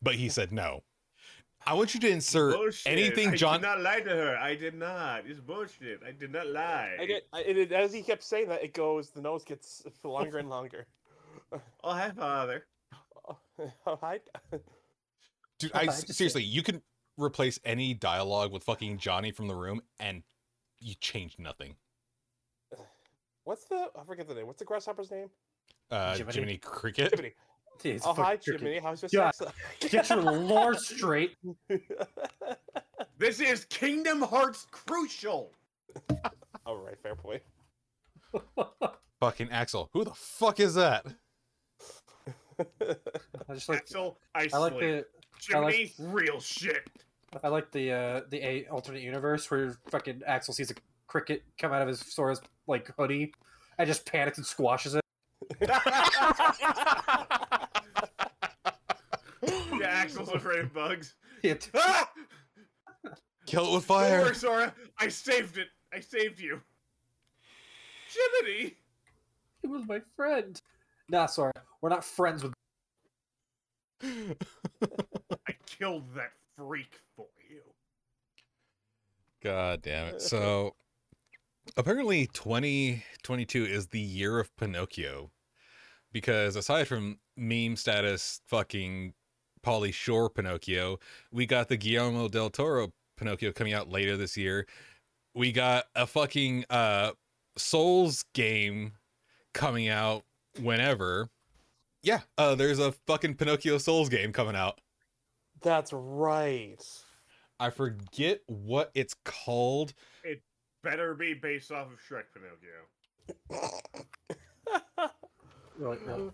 Speaker 3: but he said no i want you to insert
Speaker 2: Bullshit.
Speaker 3: anything
Speaker 2: I
Speaker 3: John-
Speaker 2: did not lie to her. I did not. It's bullshit. I did not lie.
Speaker 5: I get I, it, it- as he kept saying that, it goes. The nose gets longer and longer.
Speaker 2: Oh, hi, Father.
Speaker 5: Oh, I,
Speaker 3: dude i
Speaker 1: I
Speaker 3: s-
Speaker 1: just-
Speaker 3: seriously you can replace any dialogue with fucking johnny from the room and you change nothing
Speaker 5: what's the? I forget the name. What's the grasshopper's name?
Speaker 3: uh
Speaker 1: Jiminy?
Speaker 3: jiminy, cricket
Speaker 5: Jiminy.
Speaker 1: Jeez,
Speaker 5: oh hi,
Speaker 1: fucking tricky.
Speaker 5: Jiminy. How's your
Speaker 1: Yeah.
Speaker 5: sex? life?
Speaker 1: Get your lore straight.
Speaker 2: This is Kingdom Hearts Crucial.
Speaker 5: All right, fair point.
Speaker 1: I
Speaker 3: fucking axel who the fuck is that
Speaker 1: just like
Speaker 2: Axel, I,
Speaker 1: I like
Speaker 2: sleep.
Speaker 1: the I like-
Speaker 2: Jiminy, real shit.
Speaker 1: I like the uh, the a alternate universe where fucking Axel sees a cricket come out of his Sora's like hoodie and just panics and squashes it.
Speaker 2: Yeah, Axel's afraid of bugs.
Speaker 1: It-
Speaker 2: Ah!
Speaker 3: kill it with
Speaker 2: Don't
Speaker 3: fire
Speaker 2: worry, Sora. I saved it. I saved you. Jiminy.
Speaker 1: He was my friend. Nah, Sora, we're not friends with.
Speaker 2: I killed that freak for you.
Speaker 3: God damn it. So apparently 2022 is the year of Pinocchio because aside from meme status fucking Polly Shore Pinocchio, we got the Guillermo del Toro Pinocchio coming out later this year. We got a fucking uh Souls game coming out whenever. Yeah, uh there's a fucking Pinocchio Souls game coming out.
Speaker 5: That's right.
Speaker 3: I forget what it's called.
Speaker 2: Better be based off of Shrek Pinocchio.
Speaker 1: We're like, no.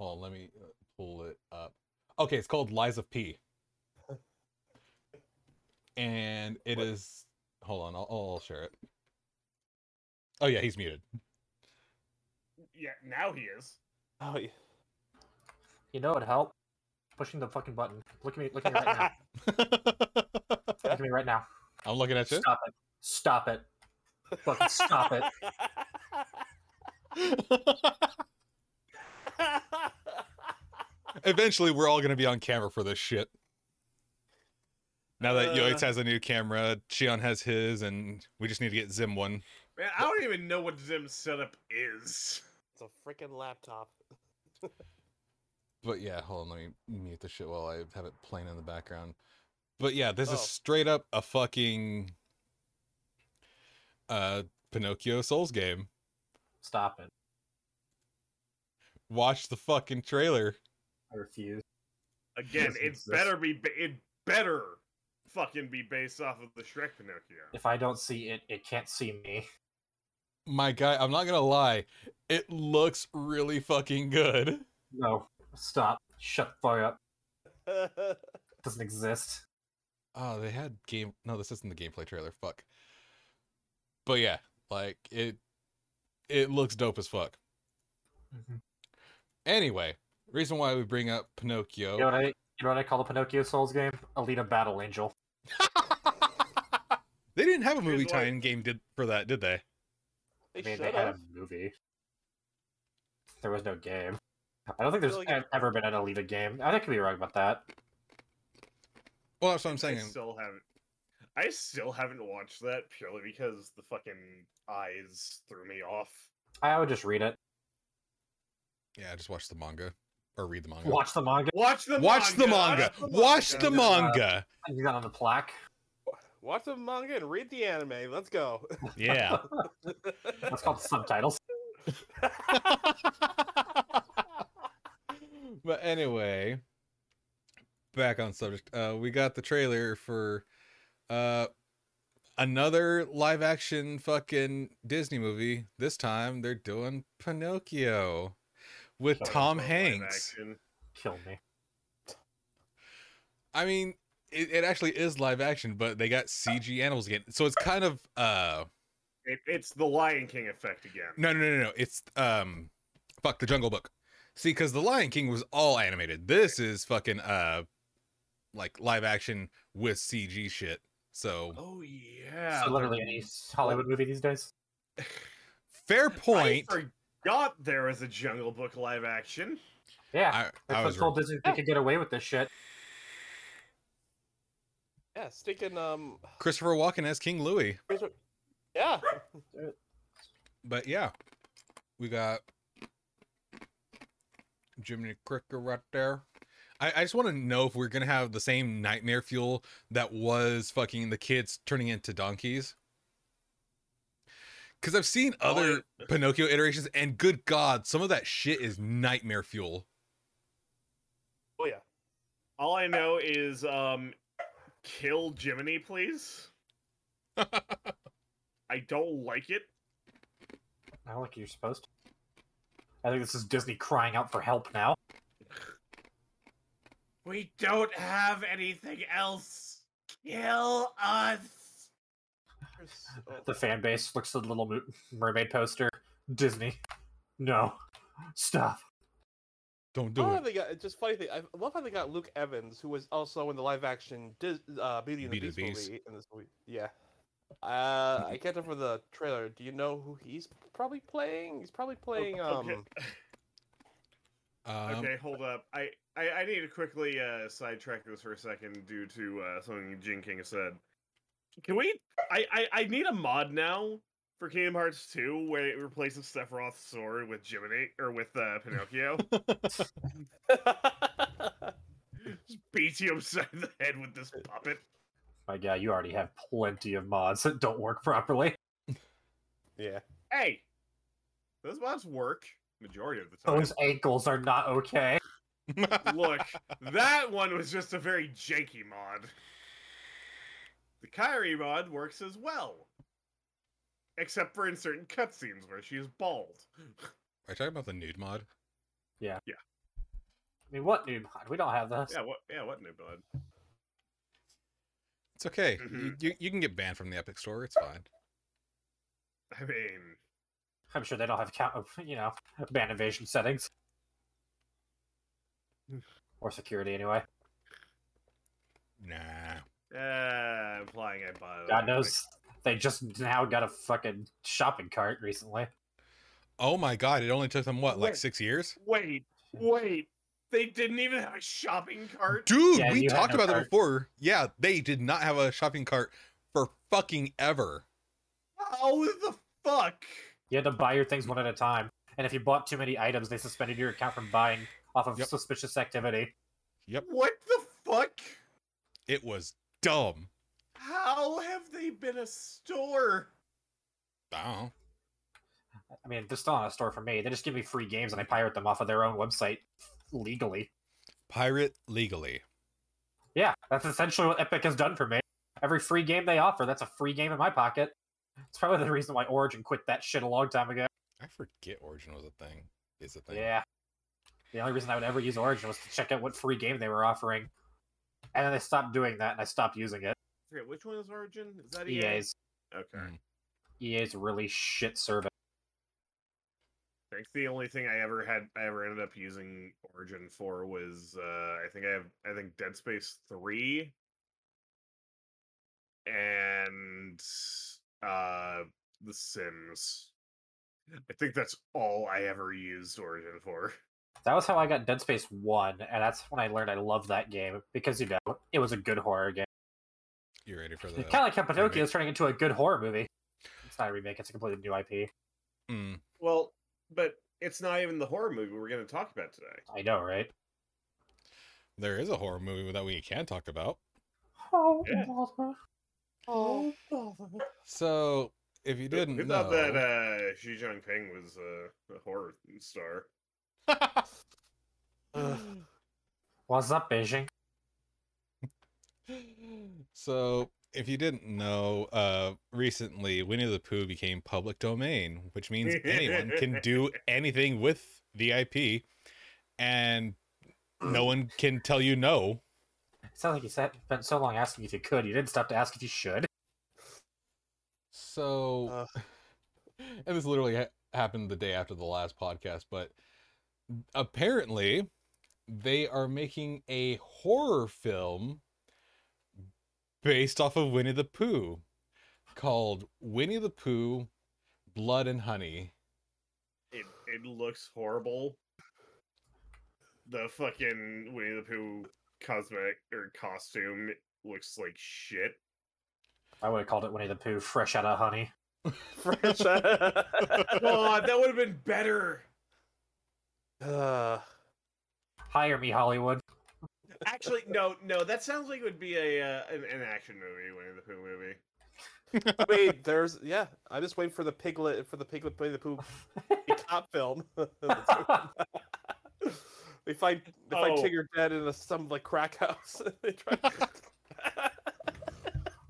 Speaker 3: Hold on, let me uh, pull it up. Okay, it's called Lies of P. And it is. Hold on, I'll, I'll share it. Oh yeah, he's muted.
Speaker 2: Yeah, now he is.
Speaker 5: oh, yeah.
Speaker 1: You know it'd help. Pushing the fucking button. Look at me. Look at me right now. Look at me right now.
Speaker 3: I'm looking at you.
Speaker 1: Stop it. Stop it. Fucking stop it.
Speaker 3: Eventually, we're all gonna be on camera for this shit. Now that Yoitz has a new camera, Shion has his, and we just need to get Zim one.
Speaker 2: Man, I don't even know what Zim's setup is.
Speaker 5: It's a freaking laptop.
Speaker 3: But yeah, hold on, let me mute the shit while I have it playing in the background. But yeah, this
Speaker 5: Oh.
Speaker 3: is straight up a fucking uh Pinocchio Souls game.
Speaker 1: Stop it.
Speaker 3: Watch the fucking trailer.
Speaker 1: I refuse.
Speaker 2: Again,
Speaker 1: Doesn't
Speaker 2: it
Speaker 1: exist.
Speaker 2: better be. Ba- it better fucking be based off of the Shrek Pinocchio.
Speaker 1: If I don't see it, it can't see me.
Speaker 3: My guy, I'm not gonna lie, it looks really fucking good.
Speaker 1: No. Stop. Shut the fuck up. Doesn't exist.
Speaker 3: Oh, they had game no, this isn't the gameplay trailer, fuck. But yeah, like it it looks dope as fuck.
Speaker 5: Mm-hmm.
Speaker 3: Anyway, reason why we bring up Pinocchio.
Speaker 1: You know what I? You know what I call the Pinocchio Souls game? Alita Battle Angel.
Speaker 3: they didn't have a
Speaker 2: Here's
Speaker 3: movie
Speaker 2: why-
Speaker 3: tie-in game did for that, did they?
Speaker 5: They
Speaker 1: I mean,
Speaker 5: should
Speaker 1: they had
Speaker 5: have.
Speaker 1: a movie. There was no game. I don't think there's
Speaker 5: Really good.
Speaker 1: e- ever been an Alita game. I could be wrong about that.
Speaker 3: Well, that's what I'm
Speaker 2: I
Speaker 3: saying.
Speaker 2: still haven't. I still haven't watched that purely because the fucking eyes threw me off.
Speaker 1: I would just read it.
Speaker 3: Yeah, just watch the manga or read the manga.
Speaker 1: Watch the manga.
Speaker 2: Watch the
Speaker 3: Watch the manga.
Speaker 2: manga.
Speaker 3: Watch the manga.
Speaker 1: and He's not on the plaque.
Speaker 5: Watch the manga and read the anime. Let's go.
Speaker 3: Yeah.
Speaker 1: That's called subtitles.
Speaker 3: but anyway, back on subject. Uh, we got the trailer for uh, another live action fucking Disney movie. This time they're doing Pinocchio with
Speaker 1: Shut up,
Speaker 3: Tom
Speaker 2: Live
Speaker 3: Hanks.
Speaker 2: action.
Speaker 1: Kill me.
Speaker 3: I mean, it, it actually is live action, but they got CG animals again. So it's kind of uh
Speaker 2: It, it's the Lion King effect again.
Speaker 3: no no no no no. It's um fuck the Jungle Book. See, because the Lion King was all animated. This is fucking uh like live action with CG shit. So
Speaker 2: Oh yeah.
Speaker 1: so literally any Hollywood movie these days.
Speaker 3: fair point.
Speaker 2: I forgot there was a Jungle Book live action.
Speaker 1: Yeah.
Speaker 3: I,
Speaker 1: I,
Speaker 3: I
Speaker 1: was
Speaker 3: was
Speaker 1: told
Speaker 3: wrong.
Speaker 1: Disney they could get away with this shit.
Speaker 5: Yeah, sticking um
Speaker 3: Christopher Walken as King Louis.
Speaker 5: yeah.
Speaker 3: But yeah, we got Jiminy Cricket right there. I, I just want to know if we're gonna have the same nightmare fuel that was fucking the kids turning into donkeys. Because I've seen other Pinocchio iterations, and good God, some of that shit is nightmare fuel.
Speaker 5: Oh yeah.
Speaker 2: All I know is um kill Jiminy, please. I don't like it.
Speaker 1: I don't think you're supposed to. I think this is Disney crying out for help now.
Speaker 2: We don't have anything else. Kill us.
Speaker 5: oh.
Speaker 1: The fan base looks at the Little Mo- Mermaid poster. Disney, no, stop.
Speaker 3: Don't
Speaker 5: I
Speaker 3: do
Speaker 2: Oh,
Speaker 5: love how
Speaker 3: it.
Speaker 5: they got it's just funny thing. I love how they got Luke Evans, who was also in the live action Dis, uh, Beauty and the
Speaker 3: Beauty and
Speaker 5: Beast,
Speaker 3: the Beast.
Speaker 5: movie in this movie. Yeah. Uh, I can't tell from the trailer. Do you know who he's probably playing? He's probably playing um
Speaker 2: okay.
Speaker 3: Um,
Speaker 2: Okay, hold up. I, I I need to quickly uh sidetrack this for a second due to uh something Jin King said. Can we I, I I need a mod now for Kingdom Hearts 2 where it replaces Sephiroth's sword with Jiminy or with uh Pinocchio.
Speaker 5: um,
Speaker 2: Just beats you upside the head with this puppet.
Speaker 1: My guy, you already have plenty of mods that don't work properly.
Speaker 5: Yeah.
Speaker 2: Hey! Those mods work majority of the time.
Speaker 1: Those ankles are not okay.
Speaker 2: Look, that one was just a very janky mod. The Kyrie mod works as well. Except for in certain cutscenes where she is bald.
Speaker 3: Are you talking about the nude mod?
Speaker 1: I mean, what new mod? We don't have this.
Speaker 2: Yeah, what yeah, what new mod?
Speaker 3: It's okay. You,
Speaker 2: Mhm.
Speaker 3: you, you can get banned from the Epic Store. It's fine.
Speaker 2: I mean
Speaker 1: I'm sure they don't have count of you know ban invasion settings or security anyway.
Speaker 3: Nah.
Speaker 2: uh implying I bought it.
Speaker 1: God knows they just now got a fucking shopping cart recently.
Speaker 3: Oh my God! It only took them what, like
Speaker 2: Wait.
Speaker 3: six years?
Speaker 2: Wait, wait. They didn't even have a shopping cart.
Speaker 3: Dude,
Speaker 1: Yeah,
Speaker 3: we
Speaker 1: you had
Speaker 3: talked
Speaker 1: no
Speaker 3: about that
Speaker 1: cart.
Speaker 3: before. Yeah, they did not have a shopping cart for fucking ever.
Speaker 2: How the fuck?
Speaker 1: You had to buy your things one at a time, and if you bought too many items, they suspended your account from buying off of
Speaker 3: Yep.
Speaker 1: suspicious activity.
Speaker 3: Yep.
Speaker 2: What the fuck?
Speaker 3: It was dumb.
Speaker 2: How have they been a store?
Speaker 3: I don't know.
Speaker 1: I mean, they're still on a store for me. They just give me free games and I pirate them off of their own website legally.
Speaker 3: Pirate legally.
Speaker 1: Yeah, that's essentially what Epic has done for me. Every free game they offer, that's a free game in my pocket. It's probably the reason why Origin quit that shit a long time ago.
Speaker 3: I forget Origin was a thing. Is a thing.
Speaker 1: Yeah. The only reason I would ever use Origin was to check out what free game they were offering. And then they stopped doing that and I stopped using it.
Speaker 2: I forget which one is Origin? Is that EA?
Speaker 1: EA's
Speaker 2: Okay.
Speaker 3: Mm.
Speaker 1: EA's E really shit service.
Speaker 2: That's the only thing I ever had. I ever ended up using Origin for was uh, I think I have I think Dead Space three, and uh, The Sims. I think that's all I ever used Origin for.
Speaker 1: That was how I got Dead Space 1, and that's when I learned I love that game because, you know, it was a good horror game.
Speaker 3: You ready for the?
Speaker 1: It's kind of like how Pinocchio
Speaker 3: remake.
Speaker 1: is turning into a good horror movie. It's not a remake; it's a completely new IP.
Speaker 3: Mm.
Speaker 2: Well, but it's not even the horror movie we're going to talk about today.
Speaker 1: I know, right?
Speaker 3: There is a horror movie that we can talk about.
Speaker 1: Oh,
Speaker 2: Yeah.
Speaker 1: bother. Oh, bother.
Speaker 3: So, if you didn't
Speaker 2: Who
Speaker 3: know,
Speaker 2: thought that uh, Xi Jinping was uh, a horror star?
Speaker 5: Ugh.
Speaker 1: What's up, Beijing?
Speaker 3: so if you didn't know, uh, recently Winnie the Pooh became public domain, which means anyone can do anything with the IP, and no one can tell you no.
Speaker 1: It sounds like you sat, spent so long asking if you could, you didn't stop to ask if you should.
Speaker 3: So,
Speaker 5: Uh.
Speaker 3: and this literally ha- happened the day after the last podcast, but apparently they are making a horror film based off of Winnie the Pooh called Winnie the Pooh Blood and Honey.
Speaker 2: It it looks horrible. The fucking Winnie the Pooh cosmetic or costume looks like shit.
Speaker 1: I would have called it Winnie the Pooh, fresh out of honey.
Speaker 5: Fresh. uh,
Speaker 2: God, that would have been better.
Speaker 1: Hire me, Hollywood.
Speaker 2: Actually, no, no, that sounds like it would be a uh, an, an action movie, Winnie the Pooh movie.
Speaker 5: wait, there's yeah. I'm just waiting for the piglet for the piglet play the poop cop film. they find they find
Speaker 2: Oh.
Speaker 5: Tigger dead in a, some like crack house. they try.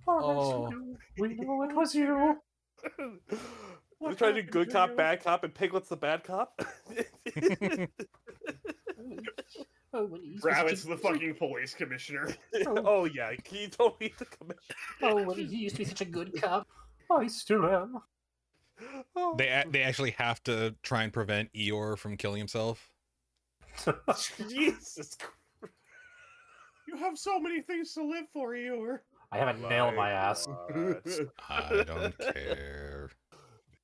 Speaker 3: Oh.
Speaker 1: we know it was you.
Speaker 5: they try to do good cop, bad cop, and Piglet's the bad cop.
Speaker 1: Oh, Winnie's
Speaker 2: Rabbit's the fucking police commissioner.
Speaker 5: oh yeah, he told me to come.
Speaker 1: Oh, Winnie, you used to be such a good cop. I still am.
Speaker 5: in. Oh.
Speaker 3: They a- they actually have to try and prevent Eeyore from killing himself.
Speaker 5: Jesus Christ.
Speaker 2: You have so many things to live for, Eeyore.
Speaker 1: I have a nail in my ass.
Speaker 5: God.
Speaker 3: I don't care.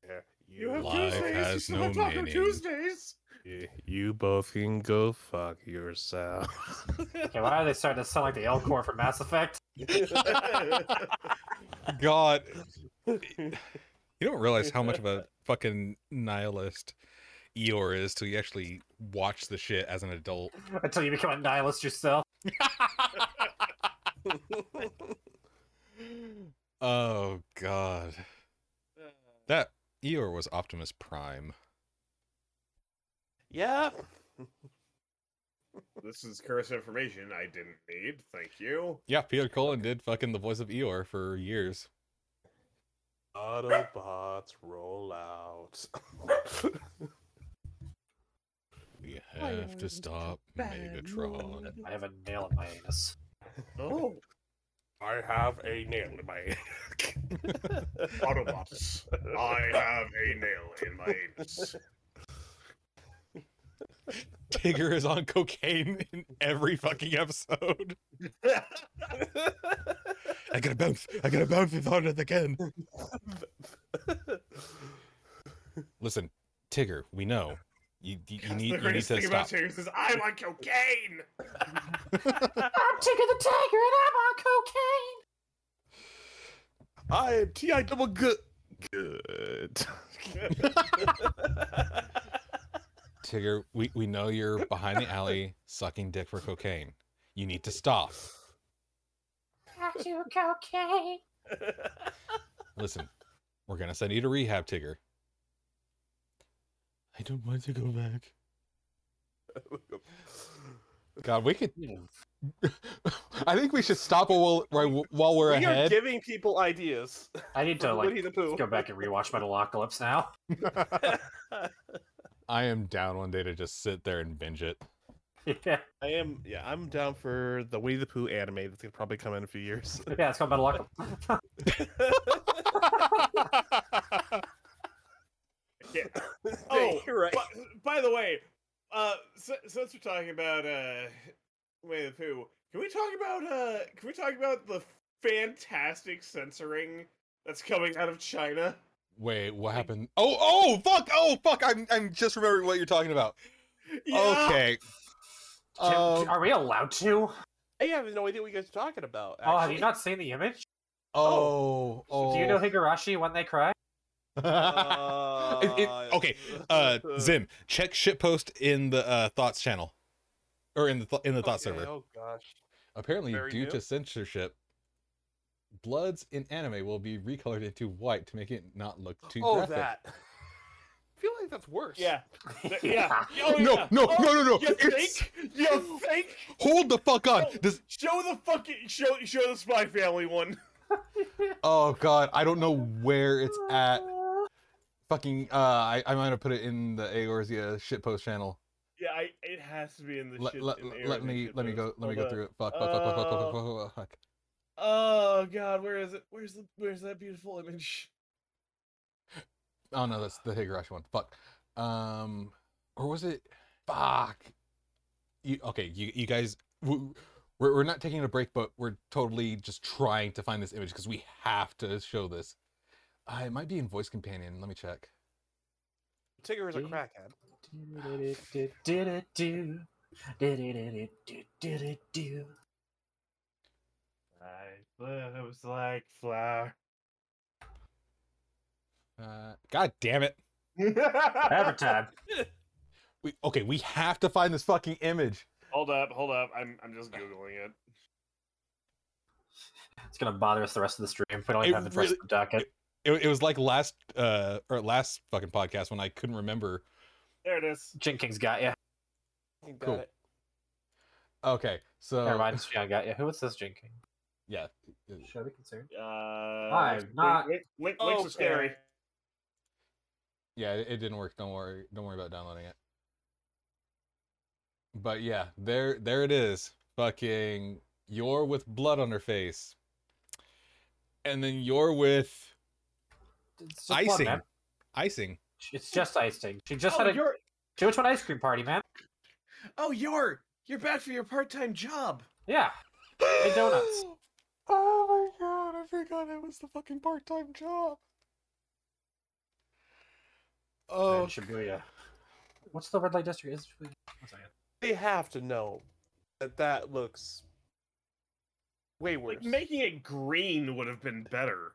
Speaker 5: Yeah,
Speaker 2: You have
Speaker 3: Life
Speaker 2: Tuesdays.
Speaker 3: has
Speaker 2: you still have
Speaker 3: no
Speaker 2: Taco
Speaker 3: meaning.
Speaker 2: Tuesdays.
Speaker 5: You, you both can go fuck yourself.
Speaker 1: Okay, why are they starting to sound like the Elcor from Mass Effect?
Speaker 3: God, you don't realize how much of a fucking nihilist Eeyore is till you actually watch the shit as an adult.
Speaker 1: Until you become a nihilist yourself.
Speaker 3: Oh God, that Eeyore was Optimus Prime.
Speaker 5: yeah.
Speaker 2: This is curse information I didn't need. Thank you.
Speaker 3: Yeah, Peter Cullen did fucking the voice of Eeyore for years.
Speaker 5: Autobots roll out.
Speaker 3: We have to stop Megatron.
Speaker 1: I have a nail in my anus.
Speaker 2: Oh,
Speaker 5: I have a nail in my
Speaker 2: Autobots. I have a nail in my anus.
Speaker 3: Tigger is on cocaine in every fucking episode. I gotta bounce. I gotta bounce before it again. Listen, Tigger, we know you. You,
Speaker 2: the
Speaker 3: you need. You need
Speaker 2: greatest
Speaker 3: to
Speaker 2: thing
Speaker 3: stop.
Speaker 2: about Tigers is I'm on cocaine.
Speaker 1: I'm Tigger the Tiger and I'm on cocaine!
Speaker 5: I am T I double good. Good.
Speaker 3: Tigger, we, we know you're behind the alley sucking dick for cocaine. You need to stop.
Speaker 6: Got you cocaine.
Speaker 3: Listen, we're gonna send you to rehab, Tigger. I don't want to go back. God, we could.
Speaker 1: Hmm.
Speaker 3: I think we should stop while while while we're
Speaker 5: we are
Speaker 3: ahead.
Speaker 5: giving people ideas.
Speaker 1: I need to,
Speaker 5: for Winnie
Speaker 1: like,
Speaker 5: the Pooh.
Speaker 1: go back and rewatch Metalocalypse now.
Speaker 3: I am down one day to just sit there and binge it.
Speaker 1: yeah.
Speaker 5: I am. Yeah, I'm down for the Winnie the Pooh anime that's gonna probably come in a few years.
Speaker 1: Yeah, it's called Metalocalypse.
Speaker 2: Yeah.
Speaker 5: Oh,
Speaker 2: Oh,
Speaker 5: you're right.
Speaker 2: But, by the way, uh, si- since we're talking about uh, Winnie the Pooh, can we talk about uh, can we talk about the fantastic censoring that's coming out of China?
Speaker 3: Wait, what happened? Oh, oh, fuck! Oh, fuck! I'm I'm just remembering what you're talking about.
Speaker 2: Yeah.
Speaker 3: Okay. Um,
Speaker 1: Are we allowed to?
Speaker 5: I have no idea what you guys are talking about.
Speaker 1: Oh, have you
Speaker 5: actually.
Speaker 1: not seen the image?
Speaker 3: oh, oh.
Speaker 1: Do you know Higurashi when they cry?
Speaker 5: Uh,
Speaker 3: It- it- okay, uh, Zim, check shitpost in the uh, thoughts channel, or in the th- in the thought
Speaker 5: Okay,
Speaker 3: server.
Speaker 5: Oh gosh.
Speaker 3: Apparently,
Speaker 5: Very
Speaker 3: due
Speaker 5: new.
Speaker 3: to censorship, bloods in anime will be recolored into white to make it not look too
Speaker 5: oh
Speaker 3: graphic.
Speaker 5: that. I feel like that's worse.
Speaker 2: Yeah. Th- yeah. Oh,
Speaker 3: No,
Speaker 2: yeah.
Speaker 3: no,
Speaker 2: Oh,
Speaker 3: no, no, no!
Speaker 2: You
Speaker 3: It's-
Speaker 2: think? You think?
Speaker 3: Hold the fuck on!
Speaker 2: No.
Speaker 3: This.
Speaker 2: Show the fucking show. Show the Spy Family one.
Speaker 3: Oh god, I don't know where it's at. Fucking, uh, I, I might have put it in the Aorzia shitpost channel.
Speaker 2: Yeah, I, it has to be in the
Speaker 3: Let,
Speaker 2: shit.
Speaker 3: let,
Speaker 2: in the
Speaker 3: let
Speaker 2: Arizona
Speaker 3: me
Speaker 2: shit
Speaker 3: let me go
Speaker 2: post.
Speaker 3: let
Speaker 2: Hold
Speaker 3: me go
Speaker 2: on.
Speaker 3: through it. Fuck, fuck, fuck, fuck, fuck, fuck,
Speaker 2: Uh,
Speaker 3: fuck, fuck, fuck.
Speaker 2: Oh god, where is it? Where's the where's that beautiful image?
Speaker 3: Oh no, that's the Higurashi one. Fuck. Um, or was it? Fuck. You okay? You you guys, w- we're we're not taking a break, but we're totally just trying to find this image because we have to show this. Uh, it might be in Voice Companion. Let me check.
Speaker 5: Tigger is a
Speaker 1: Dude.
Speaker 5: crackhead.
Speaker 2: I was like flower.
Speaker 3: Uh, God damn it.
Speaker 1: Every time.
Speaker 3: We okay. We have to find this fucking image.
Speaker 2: hold up, hold up. I'm I'm just googling it.
Speaker 1: It's gonna bother us the rest of the stream. We don't
Speaker 3: It
Speaker 1: even have the rest
Speaker 3: really-
Speaker 1: of the docket.
Speaker 3: It, it was like last uh or last fucking podcast when I couldn't remember.
Speaker 2: There it is.
Speaker 1: Jenkins got you.
Speaker 5: He got
Speaker 3: Cool.
Speaker 5: it.
Speaker 3: Okay, so
Speaker 1: Never mind, Shion got you. Who is this Jenkins?
Speaker 3: yeah.
Speaker 1: Should I be concerned?
Speaker 2: Uh,
Speaker 1: I'm
Speaker 2: link-
Speaker 1: not-
Speaker 2: Link, link, links are scary.
Speaker 5: Okay.
Speaker 3: Yeah, it, it didn't work. Don't worry. Don't worry about downloading it. But yeah, there there it is. Fucking you're with blood on her face. And then you're with
Speaker 1: It's just blood,
Speaker 3: icing.
Speaker 1: man.
Speaker 3: icing.
Speaker 1: It's just icing. She just
Speaker 2: Oh,
Speaker 1: had a
Speaker 2: you're
Speaker 1: she went to an ice cream party, man.
Speaker 2: oh you're you're back for your part time job.
Speaker 1: Yeah. And donuts.
Speaker 3: Oh my god, I forgot it was the fucking part-time job. Oh,
Speaker 5: Oh,
Speaker 1: And Shibuya. What's the red light district? Is Shibuya? One second.
Speaker 5: They have to know that that looks way worse.
Speaker 2: Like making it green would have been better.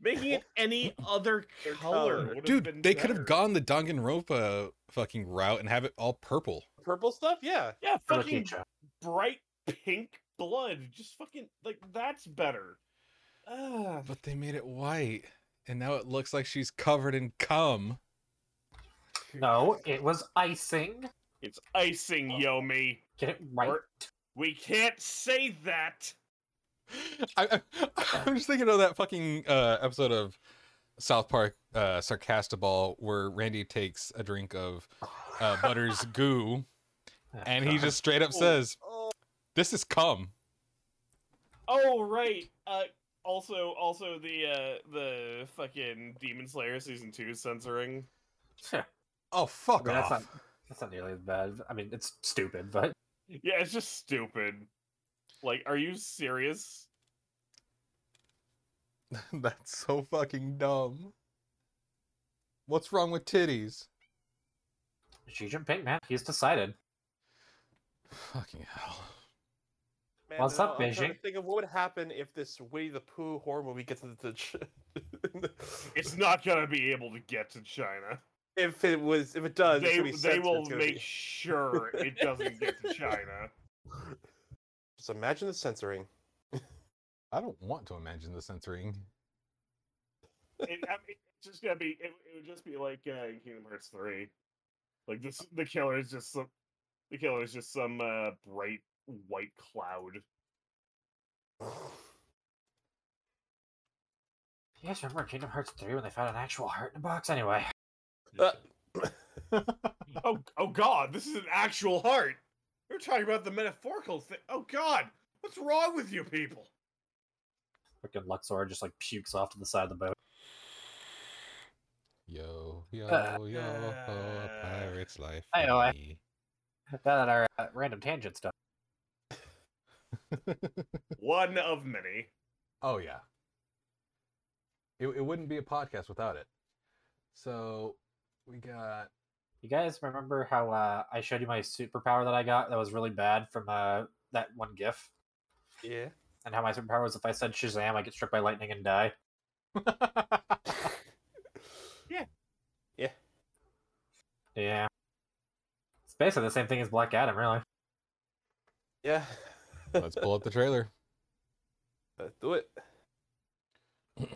Speaker 2: Making it any other
Speaker 5: Their color.
Speaker 2: color, would have
Speaker 3: dude,
Speaker 2: been
Speaker 3: they could have
Speaker 2: better.
Speaker 3: gone the Danganronpa fucking route and have it all purple.
Speaker 5: purple stuff. Yeah.
Speaker 2: Yeah, fucking
Speaker 1: Kurokicha.
Speaker 2: bright pink blood. Just fucking like that's better. Ah,
Speaker 3: But they made it white, and now it looks like she's covered in cum.
Speaker 1: No, it was icing.
Speaker 2: it's icing, Yomi.
Speaker 1: Get it right.
Speaker 2: Or- We can't say that.
Speaker 3: I, I, I'm just thinking of that fucking uh, episode of South Park uh, Sarcastaball where Randy takes a drink of uh, Butter's goo, and he just straight up says, "This is cum."
Speaker 2: Oh right. Uh, also, also the uh, the fucking Demon Slayer season two censoring.
Speaker 3: Oh fuck
Speaker 1: I mean, that's
Speaker 3: off!
Speaker 1: not that's not nearly as bad. I mean, it's stupid, but
Speaker 2: Yeah, it's just stupid. Like, are you serious?
Speaker 3: that's so fucking dumb. What's wrong with titties?
Speaker 1: Xi Jinping, man, he's decided.
Speaker 3: Fucking hell!
Speaker 5: Man,
Speaker 1: What's
Speaker 5: now
Speaker 1: up,
Speaker 5: I'm trying to
Speaker 1: Beijing?
Speaker 5: Think of what would happen if this Winnie the Pooh horror movie gets into the. Ch-
Speaker 2: It's not gonna be able to get to China.
Speaker 5: if it was, if it does, it's
Speaker 2: they
Speaker 5: gonna be
Speaker 2: they
Speaker 5: censored,
Speaker 2: will
Speaker 5: it's gonna be-
Speaker 2: make sure it doesn't get to China.
Speaker 5: Just imagine the censoring.
Speaker 3: I don't want to imagine the censoring.
Speaker 2: it, I mean, it's just gonna be. It, it would just be like uh, in Kingdom Hearts three. Like this, the killer is just some. The killer is just some uh, bright white cloud.
Speaker 1: You guys remember in Kingdom Hearts 3 when they found an actual heart in a box? Anyway,
Speaker 5: Uh,
Speaker 2: Oh, oh God! This is an actual heart. We're talking about the metaphorical thing. Oh God, what's wrong with you people?
Speaker 1: freaking Luxor just like pukes off to the side of the boat.
Speaker 3: Yo yo
Speaker 1: Uh,
Speaker 3: yo, a
Speaker 2: uh,
Speaker 3: pirate's life.
Speaker 1: I know, I-
Speaker 3: eh?
Speaker 1: Now that our uh, random tangent stuff.
Speaker 2: One of many.
Speaker 3: Oh yeah. It it wouldn't be a podcast without it. So we got
Speaker 1: You guys remember how uh, I showed you my superpower that I got that was really bad from uh, that one GIF?
Speaker 5: yeah.
Speaker 1: And how my superpower was if I said Shazam, I get struck by lightning and die? Yeah. It's basically the same thing as Black Adam, really.
Speaker 5: Yeah.
Speaker 3: Let's pull up the trailer.
Speaker 5: Let's do it.
Speaker 3: All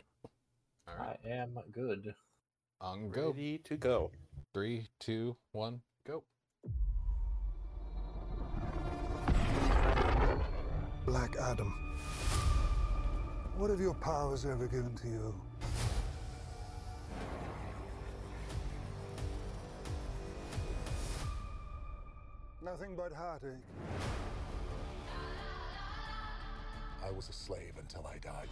Speaker 3: right,
Speaker 1: I am good.
Speaker 3: on go.
Speaker 5: Ready to go.
Speaker 3: Three, two, one, go.
Speaker 7: Black Adam. What have your powers ever given to you? Nothing but heartache.
Speaker 8: I was a slave until I died.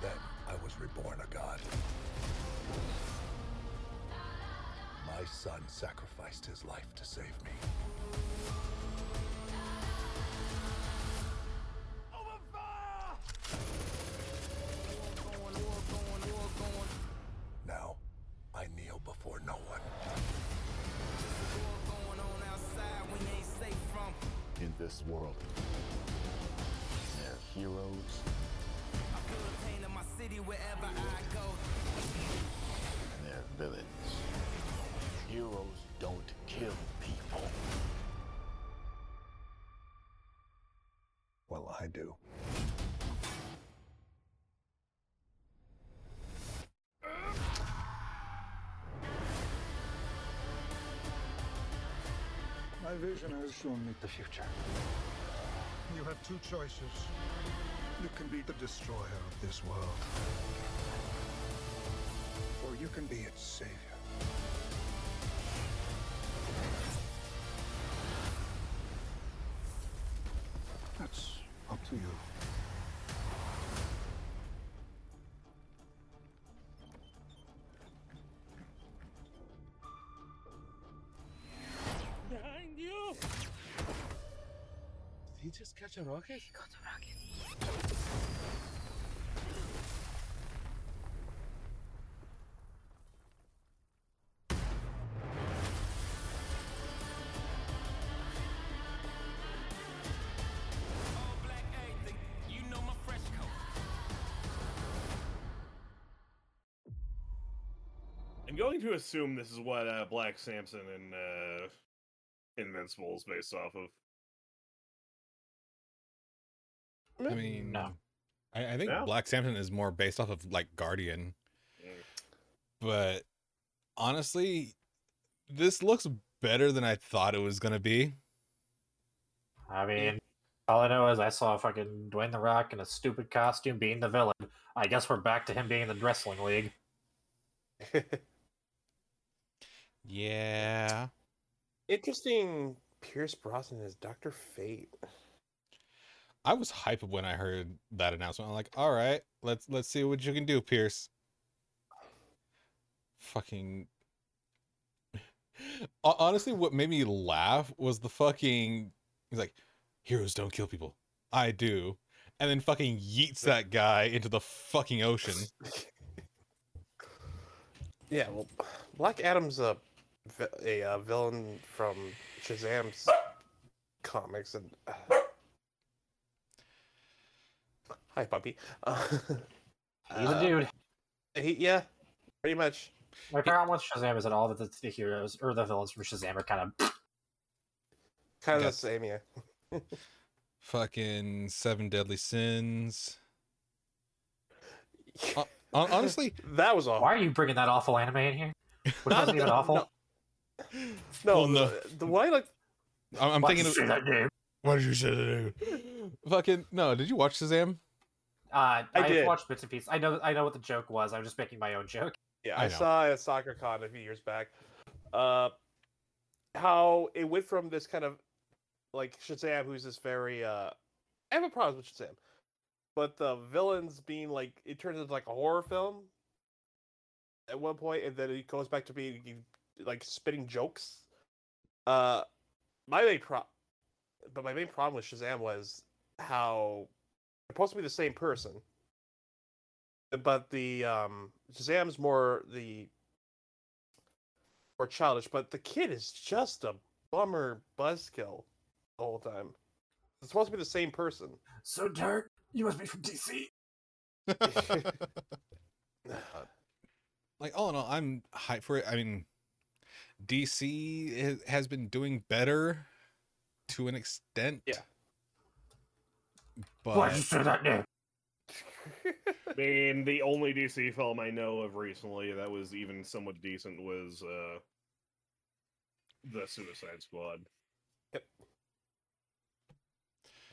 Speaker 8: Then I was reborn a god. My son sacrificed his life to save me. Now, I kneel before no one. In this world, they're heroes. They're villains. Heroes don't kill people. Well, I do.
Speaker 7: My vision has shown me the future. You have two choices. You can be the destroyer of this world, or you can be its savior. That's up to you.
Speaker 5: Did he just catch a rocket?
Speaker 2: I'm going to assume this is what uh, Black Samson and uh, Invincible is based off of.
Speaker 3: I mean,
Speaker 1: No.
Speaker 3: I, I think
Speaker 2: No?
Speaker 3: Black Samson is more based off of like Guardian,
Speaker 2: Mm.
Speaker 3: but honestly, this looks better than I thought it was gonna be.
Speaker 1: I mean, all I know is I saw fucking Dwayne the Rock in a stupid costume being the villain. I guess we're back to him being in the wrestling league.
Speaker 3: Yeah.
Speaker 5: Interesting. Pierce Brosnan is Doctor Fate.
Speaker 3: I was hype when I heard that announcement. I'm like, all right, let's let's see what you can do, Pierce. Fucking Hon- honestly, what made me laugh was the fucking he's like, heroes don't kill people. I do. And then fucking yeets that guy into the fucking ocean.
Speaker 5: Yeah, well, Black Adam's a vi- a, uh villain from Shazam's comics, and uh, hi, puppy. Uh,
Speaker 1: He's
Speaker 5: uh,
Speaker 1: a dude.
Speaker 5: he- yeah, pretty much.
Speaker 1: My problem with Shazam is that all the, the heroes or the villains from Shazam are kind of
Speaker 5: Kind of
Speaker 3: Yeah.
Speaker 5: the same, yeah.
Speaker 3: fucking seven deadly sins. Hon- honestly,
Speaker 5: that was awful.
Speaker 1: why are you bringing that awful anime in here? Which
Speaker 5: Not
Speaker 1: wasn't even
Speaker 5: the-
Speaker 1: awful.
Speaker 5: no. No,
Speaker 3: Well, no.
Speaker 5: the, the one I like.
Speaker 3: I'm, I'm
Speaker 1: Why'd you
Speaker 3: thinking.
Speaker 1: say
Speaker 3: Of,
Speaker 1: that name?
Speaker 3: what did you say? to do? fucking no. Did you watch Shazam?
Speaker 1: Uh, I,
Speaker 5: did.
Speaker 1: watched bits and pieces. I know I know what the joke was. I was just making my own joke.
Speaker 5: Yeah,
Speaker 3: I
Speaker 5: I,
Speaker 3: know.
Speaker 5: saw at soccer con a few years back. Uh, how it went from this kind of like Shazam, who's this very uh, I have a problem with Shazam, but the villains being like it turns into like a horror film at one point, and then it goes back to being you- like spitting jokes. Uh, my main pro, but my main problem with Shazam was how they're supposed to be the same person but the um Shazam's more the more childish, but the kid is just a bummer buzzkill the whole time. It's supposed to be the same person.
Speaker 1: So dark. You must be from DC.
Speaker 3: Uh, like all in all, I'm hyped for it. I mean, DC has- has been doing better to an extent.
Speaker 5: Yeah.
Speaker 3: But
Speaker 2: I mean, the only DC film I know of recently that was even somewhat decent was uh, the Suicide Squad.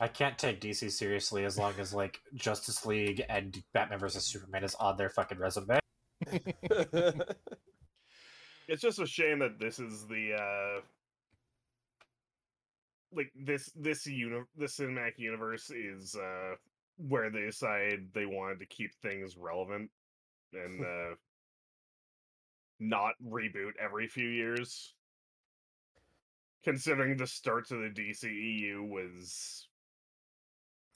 Speaker 1: I can't take DC seriously as long as like Justice League and Batman vs Superman is on their fucking resume.
Speaker 2: It's just a shame that this is the uh, like this this uni- the cinematic universe is uh, where they decide they wanted to keep things relevant and uh, not reboot every few years. Considering the start of the DCEU was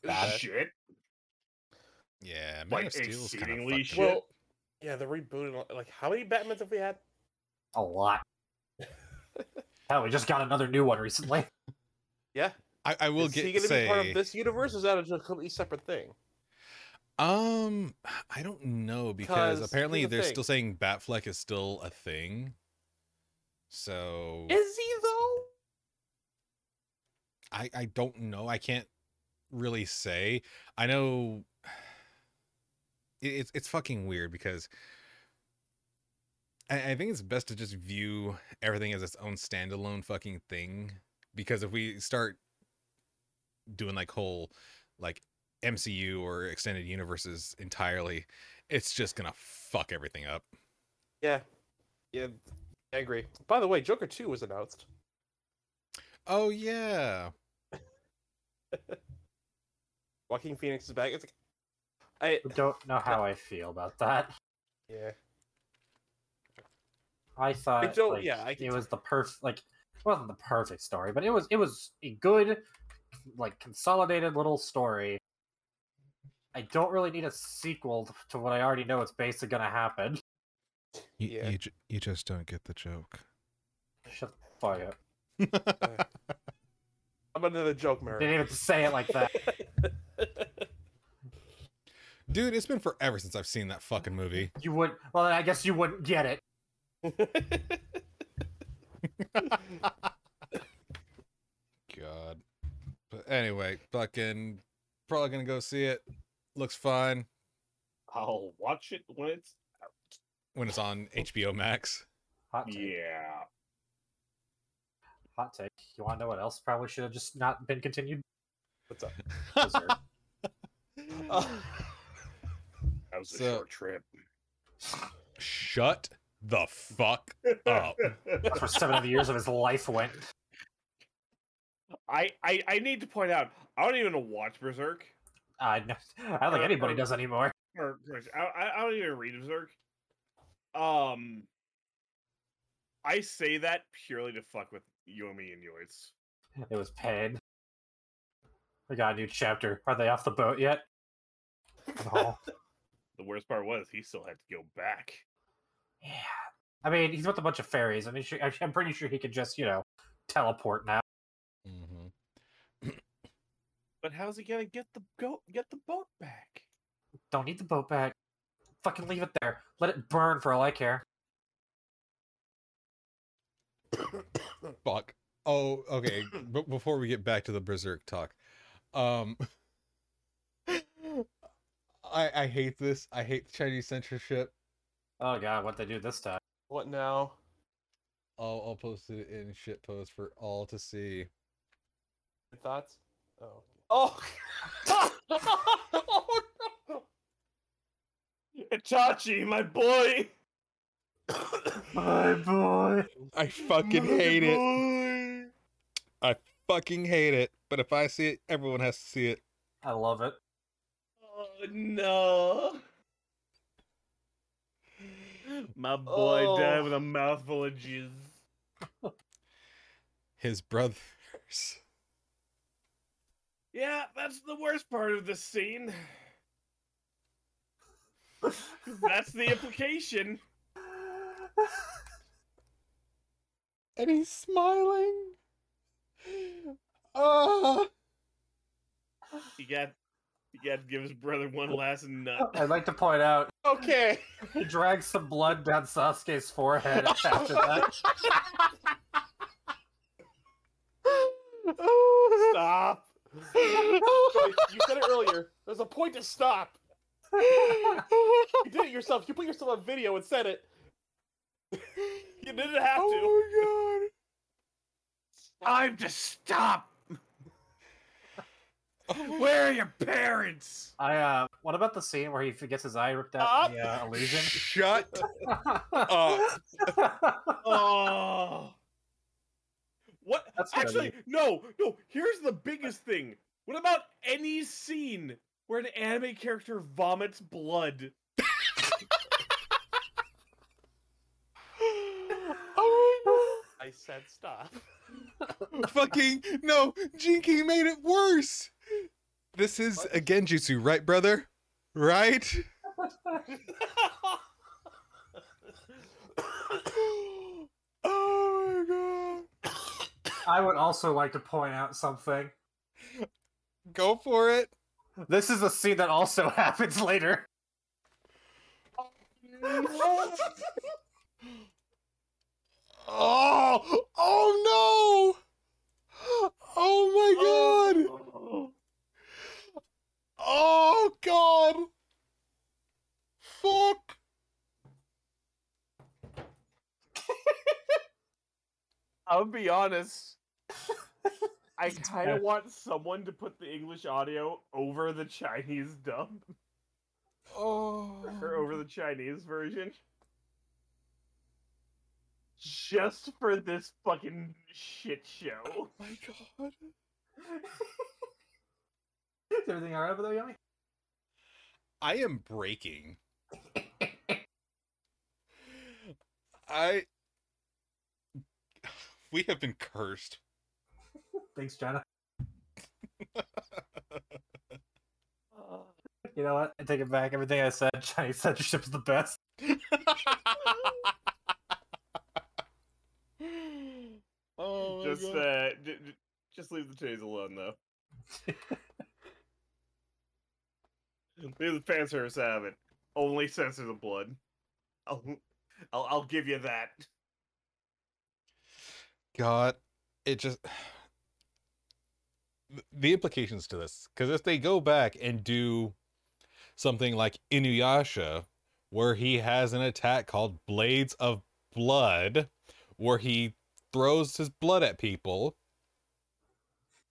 Speaker 5: Bad.
Speaker 2: shit.
Speaker 3: yeah, Man
Speaker 2: Like,
Speaker 3: of Steel's kind of
Speaker 2: exceedingly
Speaker 3: fucked
Speaker 2: shit.
Speaker 3: up.
Speaker 5: well, yeah, the rebooted. Like, how many Batmans have we had?
Speaker 1: A lot. Hell, we just got another new one recently.
Speaker 5: Yeah.
Speaker 3: I, I will
Speaker 5: is
Speaker 3: get
Speaker 5: he gonna
Speaker 3: say,
Speaker 5: be part of this universe? Or is that a completely separate thing?
Speaker 3: Um, I don't know because
Speaker 5: 'Cause here's
Speaker 3: apparently
Speaker 5: the
Speaker 3: they're
Speaker 5: thing.
Speaker 3: still saying Batfleck is still a thing. So
Speaker 5: Is he though?
Speaker 3: I I don't know. I can't really say. I know it, it's it's fucking weird because I, I think it's best to just view everything as its own standalone fucking thing because if we start doing like whole like MCU or extended universes entirely, it's just gonna fuck everything up.
Speaker 5: Yeah. Yeah, I agree. By the way, Joker 2 was announced.
Speaker 3: Oh yeah.
Speaker 5: Joaquin Phoenix is back. It's like, I
Speaker 1: I don't know how I feel about that.
Speaker 5: yeah.
Speaker 1: I thought
Speaker 5: don't-
Speaker 1: like,
Speaker 5: yeah, I can
Speaker 1: it was the perfect like it wasn't the perfect story, but it was it was a good like consolidated little story. I don't really need a sequel to what I already know it's basically going to happen.
Speaker 3: You,
Speaker 5: Yeah.
Speaker 3: you, ju- you just don't get the joke.
Speaker 1: Shut the fuck up.
Speaker 5: I'm another joke
Speaker 1: Didn't
Speaker 5: Mary.
Speaker 1: even say it like that.
Speaker 3: Dude, it's been forever since I've seen that fucking movie.
Speaker 1: You would well, then I guess you wouldn't get it.
Speaker 3: God. But anyway, fucking probably gonna go see it. Looks fine
Speaker 2: I'll watch it when it's
Speaker 3: when it's on HBO Max.
Speaker 1: Hot take.
Speaker 2: yeah.
Speaker 1: Hot take. You want to know what else probably should have just not been continued?
Speaker 5: What's up?
Speaker 1: Berserk.
Speaker 2: That was a
Speaker 3: So-
Speaker 2: short trip.
Speaker 3: Shut the fuck up.
Speaker 1: That's where seven of the years of his life went.
Speaker 2: I, I I need to point out I don't even watch Berserk.
Speaker 1: I know- I don't
Speaker 5: Uh,
Speaker 1: think
Speaker 2: Or-
Speaker 1: anybody
Speaker 5: um,
Speaker 2: or-
Speaker 1: does anymore.
Speaker 2: Or correct, I I- I don't even read Berserk. Um, I say that purely to fuck with Yomi and Yoitz.
Speaker 1: It was pain. We got a new chapter. Are they off the boat yet? No.
Speaker 2: The worst part was he still had to go back.
Speaker 1: yeah. I mean, he's with a bunch of fairies. I mean, sure- actually, I'm pretty sure he could just, you know, teleport now.
Speaker 3: hmm
Speaker 2: But how's he gonna get the go get the boat back?
Speaker 1: Don't need the boat back. Fucking leave it there. Let it burn for all I care.
Speaker 3: Fuck. Oh, okay. but before we get back to the berserk talk, um, I I hate this. I hate Chinese censorship.
Speaker 1: Oh god, what they do this time?
Speaker 5: what now?
Speaker 3: I'll I'll post it in shit post for all to see.
Speaker 5: Your thoughts? Oh. Oh. oh no.
Speaker 2: Itachi, my boy.
Speaker 1: My boy.
Speaker 3: I fucking hate it. I fucking hate it. But if I see it, everyone has to see it.
Speaker 1: I love it.
Speaker 2: Oh no. My boy died
Speaker 5: Oh.
Speaker 2: with a mouthful of jizz.
Speaker 3: His brothers.
Speaker 2: Yeah, that's the worst part of this scene. 'Cause That's the implication.
Speaker 3: And he's smiling. Ah.
Speaker 2: You got Yeah, give his brother one last nut.
Speaker 1: I'd like to point out
Speaker 5: Okay.
Speaker 1: he drags some blood down Sasuke's forehead after that.
Speaker 5: Stop. Joey, you said it earlier. There's a point to stop. You did it yourself. You put yourself on video and said it. You didn't have to.
Speaker 4: Oh my god.
Speaker 2: Time to stop. Where are your parents?
Speaker 1: I uh, what about the scene where he gets his eye ripped out? in the, uh, illusion.
Speaker 3: Shut up.
Speaker 2: Oh. What?
Speaker 1: That's funny.
Speaker 2: Actually, no, no. Here's the biggest thing. What about any scene where an anime character vomits blood?
Speaker 5: I said stop.
Speaker 3: Fucking no, Jinky made it worse. This is a Genjutsu, right, brother? Right? Oh
Speaker 1: I would also like to point out something.
Speaker 3: my god. Go for it.
Speaker 1: This is a scene that also happens later.
Speaker 3: Oh, oh no! Oh my god! Oh god! Fuck!
Speaker 2: I'll be honest. I kind of want someone to put the English audio over the Chinese dub or
Speaker 3: Oh.
Speaker 2: over the Chinese version. Just for this fucking shit show.
Speaker 3: Oh my god.
Speaker 1: Is everything alright over there, Yummy?
Speaker 3: I am breaking. I. We have been cursed.
Speaker 1: Thanks, Jenna. You know what? I take it back. Everything I said, Chinese censorship is the best.
Speaker 3: oh my
Speaker 2: just
Speaker 3: God.
Speaker 2: uh, d- d- just leave the Chinese alone though. leave the fan service out of it. Only censor the blood. I'll, I'll, I'll give you that.
Speaker 3: God, it just Th- the implications to this because if they go back and do something like Inuyasha, where he has an attack called Blades of Blood, where he throws his blood at people,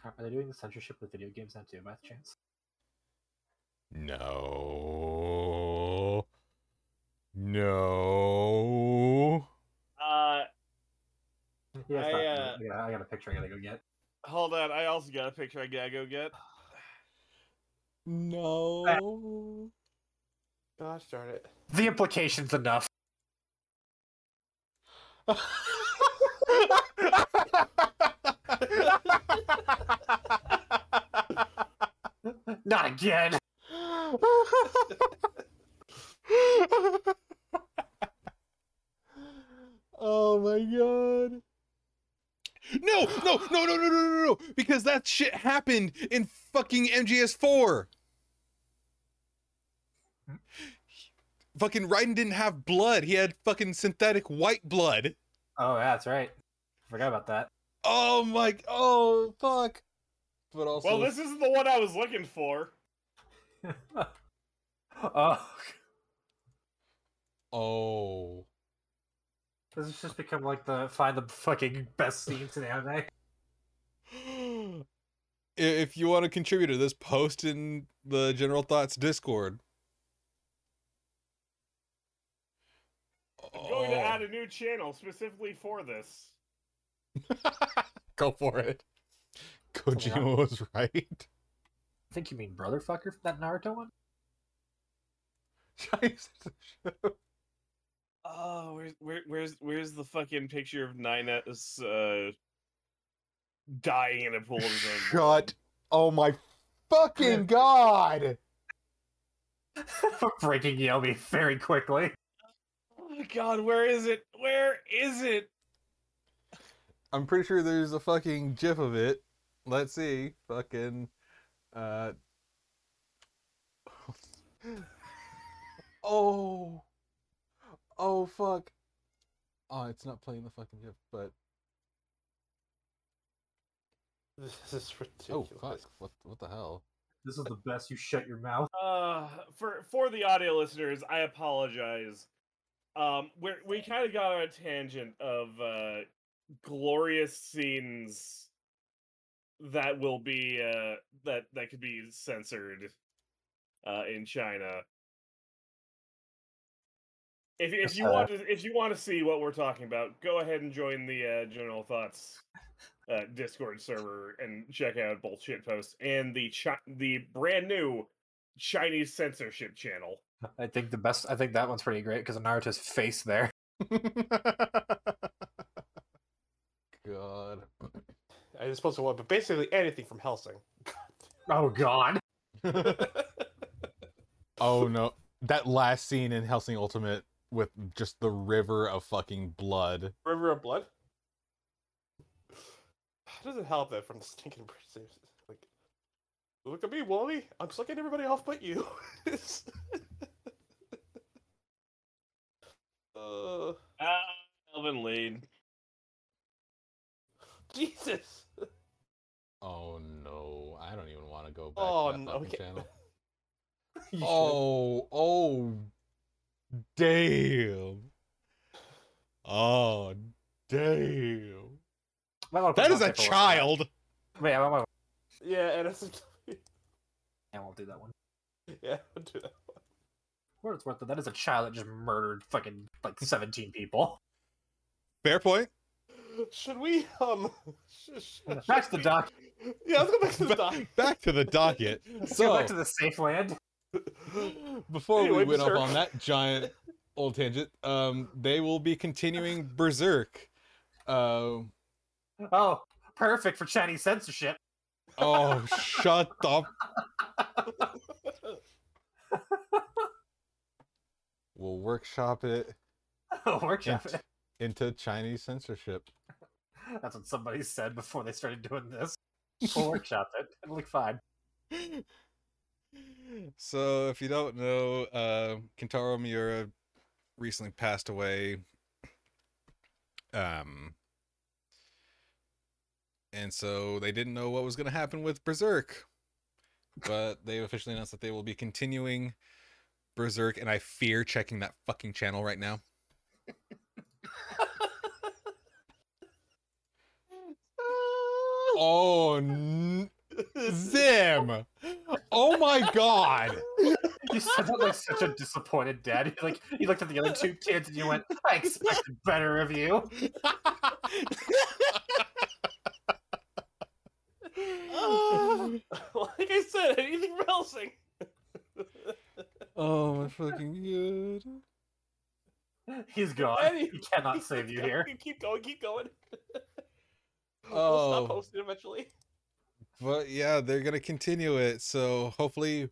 Speaker 1: Are they doing the censorship with video games now too, by the chance?
Speaker 3: no, no,
Speaker 2: Uh,
Speaker 1: Yeah, it's not-
Speaker 2: I, uh,
Speaker 1: I, got, I got a picture I gotta go get.
Speaker 2: hold on. I also got a picture I gotta go get.
Speaker 3: no.
Speaker 5: Gosh darn it.
Speaker 1: The implication's enough. Not again!
Speaker 3: oh my god. No, no, no, no, no, no, no, no, because that shit happened in fucking MGS4. Fucking Raiden didn't have blood. He had fucking synthetic white blood.
Speaker 1: Oh, yeah, that's right. Forgot about that.
Speaker 3: Oh my, oh fuck. But also,
Speaker 2: well, this isn't the one I was looking for.
Speaker 1: oh,
Speaker 3: oh.
Speaker 1: this has just become like the find the fucking best scenes in anime.
Speaker 3: I- if you want to contribute to this, post in the General Thoughts Discord.
Speaker 2: I'm going to
Speaker 3: Oh.
Speaker 2: add a new channel specifically for this.
Speaker 3: Go for it. Kojima was right.
Speaker 1: I think you mean brotherfucker from that Naruto one?
Speaker 2: Oh, where's where, where's where's the fucking picture of Nina's uh dying in a pool of his own blood?
Speaker 3: Shut. Oh my fucking god.
Speaker 1: Breaking Yomi very quickly.
Speaker 2: Oh my god, where is it? Where is it?
Speaker 3: I'm pretty sure there's a fucking gif of it. Let's see. Fucking. Uh, Oh. Oh fuck. Oh, it's not playing the fucking GIF, but
Speaker 5: This is
Speaker 3: oh
Speaker 5: ridiculous.
Speaker 3: fuck. What what the hell?
Speaker 1: This is the best. You shut your mouth.
Speaker 2: Uh, for for the audio listeners, I apologize. Um, we we kind of got on a tangent of uh, glorious scenes that will be uh, that that could be censored uh, in China. If if you want to if you want to see what we're talking about, go ahead and join the uh, General Thoughts uh, Discord server and check out both shit posts and the chi- the brand new Chinese censorship channel.
Speaker 1: I think the best. I think that one's pretty great because of Naruto's face there.
Speaker 3: God.
Speaker 5: I just supposed to want, but basically anything from Helsing.
Speaker 1: Oh God.
Speaker 3: Oh no. That last scene in Helsing Ultimate with just the river of fucking blood.
Speaker 5: River of Blood. It doesn't help that from the stinking British. Like, look at me, Wally. I'm sucking everybody off but you. It's- uh,
Speaker 2: Ah, Elvin Lane.
Speaker 5: Jesus.
Speaker 3: Oh no. I don't even want to go back
Speaker 5: Oh,
Speaker 3: to that
Speaker 5: no,
Speaker 3: fucking
Speaker 5: okay.
Speaker 3: channel.
Speaker 1: You should-
Speaker 3: Oh, oh, damn. Oh, damn.
Speaker 1: Might wanna put
Speaker 3: That is a
Speaker 1: contact on.
Speaker 3: child.
Speaker 1: Wait, I might-
Speaker 5: Yeah, and it's
Speaker 1: I won't do that one.
Speaker 5: yeah, don't do that.
Speaker 1: For what it's worth, though, that is a child that just murdered fucking like seventeen people.
Speaker 3: Fair point.
Speaker 5: Should we um? Sh- sh-
Speaker 1: Back to the dock.
Speaker 5: yeah, let's go back to the doc.
Speaker 3: Ba- back to the docket.
Speaker 1: Let's go
Speaker 3: So,
Speaker 1: back to the safe land.
Speaker 3: before we
Speaker 5: Anyway,
Speaker 3: went off
Speaker 5: Berserk.
Speaker 3: on that giant old tangent, um, they will be continuing Berserk. Uh,
Speaker 1: Oh, perfect for Chinese censorship.
Speaker 3: oh, shut up. We'll workshop it
Speaker 1: Workshop.
Speaker 3: into, into Chinese censorship.
Speaker 1: That's what somebody said before they started doing this. We'll workshop it. It'll look fine.
Speaker 3: so if you don't know uh kentaro miura recently passed away um and so they didn't know what was going to happen with berserk but they officially announced that they will be continuing berserk and i fear checking that fucking channel right now oh n- Zim! Oh my god!
Speaker 1: You said that like such a disappointed dad. You, like you looked at the other two kids and you went, "I expected better of you."
Speaker 5: like I said, anything from Helsing.
Speaker 3: oh my fucking good.
Speaker 1: He's gone.
Speaker 5: Any-
Speaker 1: He cannot save you here.
Speaker 5: Keep going, keep going.
Speaker 3: Oh.
Speaker 2: Oh.
Speaker 5: We'll stop posting eventually.
Speaker 3: But yeah, they're gonna continue it, so hopefully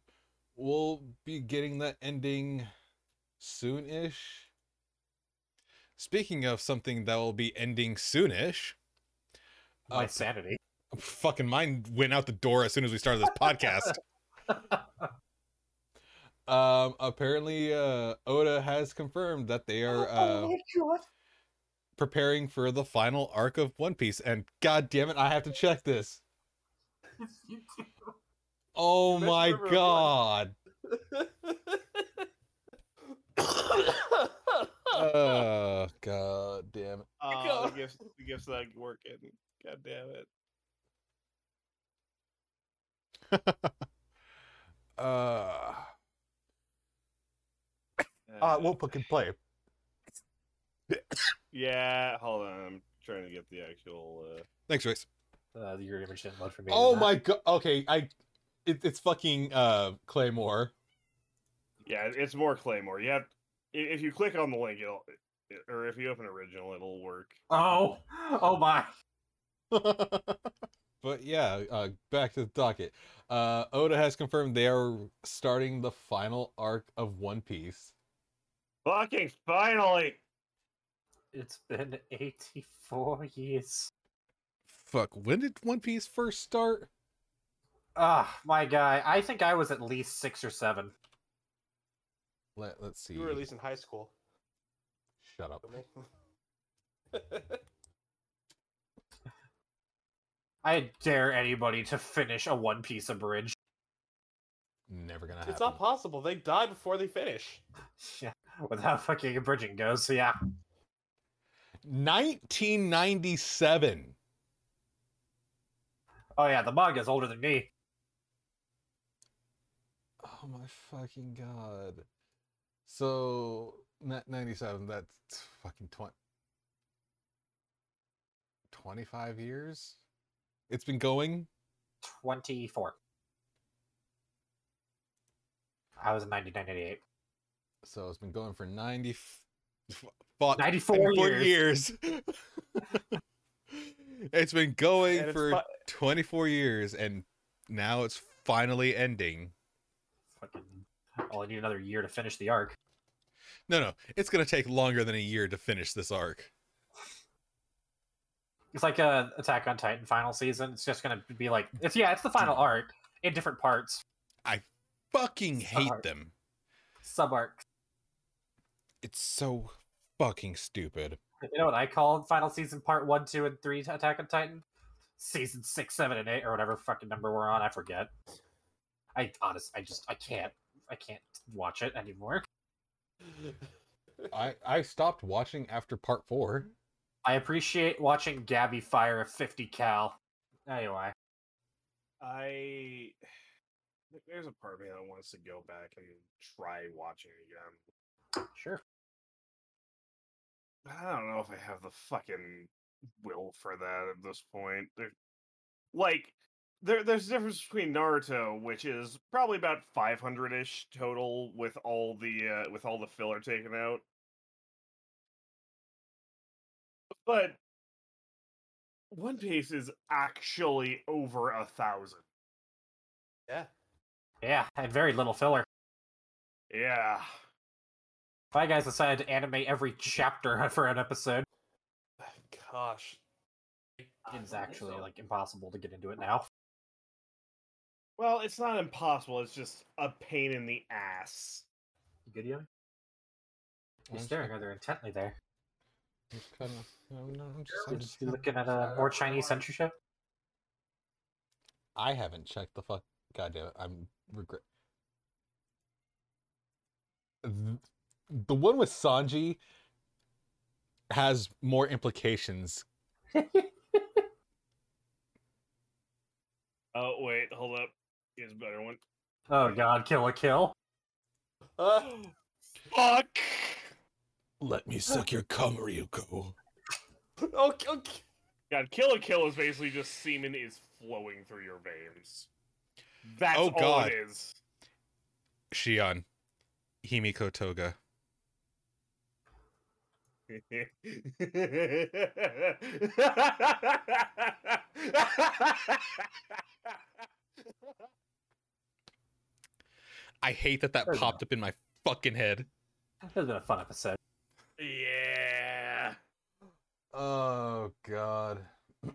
Speaker 3: we'll be getting that ending soon-ish. Speaking of something that will be ending soon-ish,
Speaker 1: My
Speaker 3: uh,
Speaker 1: sanity.
Speaker 3: fucking mine went out the door as soon as we started this podcast. um, apparently, uh, Oda has confirmed that they are
Speaker 1: Oh
Speaker 3: uh, preparing for the final arc of One Piece, and god damn it, I have to check this. Oh
Speaker 5: Best
Speaker 3: my
Speaker 5: river of blood.
Speaker 3: god! Oh god damn it!
Speaker 2: Uh,
Speaker 5: go.
Speaker 2: the gifts, the gifts that working. God damn it!
Speaker 3: Uh, uh, we'll fucking play.
Speaker 2: yeah, hold on. I'm trying to get the actual. Uh...
Speaker 3: Thanks, Rex.
Speaker 1: Uh, your image didn't load for me.
Speaker 3: Oh
Speaker 1: did it?
Speaker 3: my god! Okay, I, it, it's fucking uh Claymore.
Speaker 2: Yeah, it- it's more Claymore. You have i- if you click on the link, it'll it- or if you open original, it'll work.
Speaker 1: Oh, oh my.
Speaker 3: but yeah, uh, back to the docket. Uh, Oda has confirmed they are starting the final arc of One Piece.
Speaker 2: Fucking finally!
Speaker 1: It's been 84 years.
Speaker 3: Fuck, when did One Piece first start?
Speaker 1: Ah, my guy. I think I was at least six or seven.
Speaker 3: Let, let's see.
Speaker 5: You were at least in high school.
Speaker 3: Shut up.
Speaker 1: I dare anybody to finish a One Piece abridged.
Speaker 3: Never gonna happen.
Speaker 5: it's not possible. They die before they finish.
Speaker 1: Yeah, with how fucking abridging goes. So yeah,
Speaker 3: 1997.
Speaker 1: oh yeah, the manga's older than me.
Speaker 3: Oh my fucking god. So not 97, that's fucking 20 25 years. It's been going.
Speaker 1: Twenty four. I was in 1998.
Speaker 3: So it's been going for 90 fuck,
Speaker 1: 94
Speaker 3: years. it's been going
Speaker 5: And it's
Speaker 3: for
Speaker 5: fi-
Speaker 3: 24 years and now it's finally ending.
Speaker 1: Fucking, well, I need another year to finish the arc.
Speaker 3: No, no. It's going to take longer than a year to finish this arc.
Speaker 1: It's like a Attack on Titan final season. It's just gonna be like it's yeah, it's the final arc in different parts,
Speaker 3: Fucking hate
Speaker 1: Sorry.
Speaker 3: them.
Speaker 1: sub arcs.
Speaker 3: It's so fucking stupid.
Speaker 1: You know what I call final season part one, two, and three to Attack on Titan? Season six, seven, and eight, or whatever fucking number we're on. I forget. I honest, I just I can't I can't watch it anymore.
Speaker 3: I I stopped watching after part 4.
Speaker 1: I appreciate watching Gabby fire a fifty cal. Anyway,
Speaker 2: I there's a part of me that wants to go back and try watching it again.
Speaker 1: sure.
Speaker 2: But I don't know if I have the fucking will for that at this point. There, like, there, there's a difference between Naruto, which is probably about 500 ish total with all the uh, with all the filler taken out. But One Piece is actually over a thousand.
Speaker 5: Yeah.
Speaker 1: Yeah, and very little filler.
Speaker 2: Yeah.
Speaker 1: If I guys decided to animate every chapter for an episode,
Speaker 5: Gosh.
Speaker 1: it's actually like impossible to get into it now.
Speaker 2: Well, it's not impossible. It's just a pain in the ass.
Speaker 1: You good, Yumi? You're
Speaker 3: I'm
Speaker 1: staring
Speaker 3: sorry.
Speaker 1: rather intently there.
Speaker 3: I'm just kinda- no, no, I'm just- I'm
Speaker 1: You're
Speaker 3: just
Speaker 1: just
Speaker 3: kinda-
Speaker 1: looking at a more Chinese censorship.
Speaker 3: I haven't checked the fuck. God damn it. I'm regret. Th- The one with Sanji has more implications.
Speaker 2: Oh wait, hold up. Here's a better one.
Speaker 1: Oh god, kill a kill.
Speaker 5: Uh,
Speaker 2: Fuck.
Speaker 3: Let me suck your cum, Ryuko.
Speaker 5: okay, okay.
Speaker 2: God, Kill a Kill is basically just semen is flowing through your veins. That's
Speaker 3: Oh,
Speaker 2: all
Speaker 3: God.
Speaker 2: it is.
Speaker 3: Shion. Himiko Toga. I hate that that
Speaker 1: There you
Speaker 3: popped up in my fucking head.
Speaker 1: This has been a fun episode.
Speaker 2: yeah.
Speaker 3: Oh God.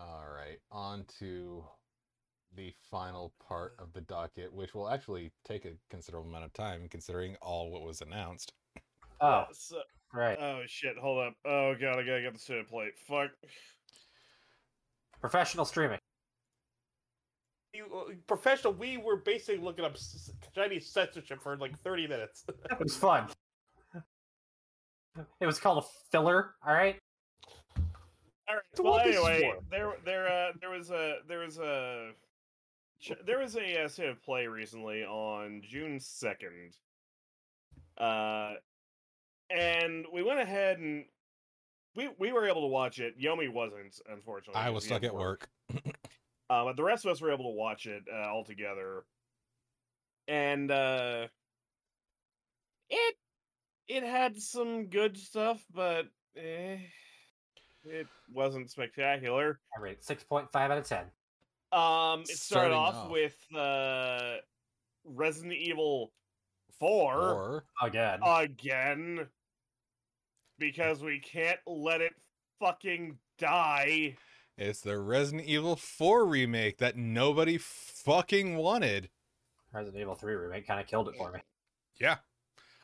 Speaker 3: All right, on to the final part of the docket, which will actually take a considerable amount of time considering all what was announced.
Speaker 1: Oh,
Speaker 2: So-
Speaker 1: right.
Speaker 2: oh shit, hold up. Oh god, I gotta get the soda plate. Fuck.
Speaker 1: Professional streaming.
Speaker 5: You, uh, professional, we were basically looking up s- s- Chinese censorship for like 30 minutes.
Speaker 1: It was fun. It was called a filler, alright?
Speaker 2: All right.
Speaker 5: So
Speaker 2: well,
Speaker 5: what is
Speaker 2: anyway,
Speaker 5: for?
Speaker 2: there, there, uh, there was a, there was a, ch- there was a uh, state of play recently on June second, uh, and we went ahead and we we were able to watch it. Yomi wasn't, unfortunately.
Speaker 3: I
Speaker 2: 'cause
Speaker 3: was
Speaker 2: he Oh, had
Speaker 3: stuck at work.
Speaker 2: uh, but the rest of us were able to watch it uh, all together, and uh, it it had some good stuff, but eh, it wasn't spectacular.
Speaker 1: I rate it 6.5 out of 10.
Speaker 2: Um, it started
Speaker 3: Starting
Speaker 2: off,
Speaker 3: off.
Speaker 2: with uh, Resident Evil Four
Speaker 3: Or
Speaker 1: Oh god.
Speaker 2: Uh, again because we can't let it fucking die.
Speaker 3: it's the Resident Evil 4 remake that nobody fucking wanted.
Speaker 1: Resident Evil 3 remake kind of killed it for me.
Speaker 3: Yeah.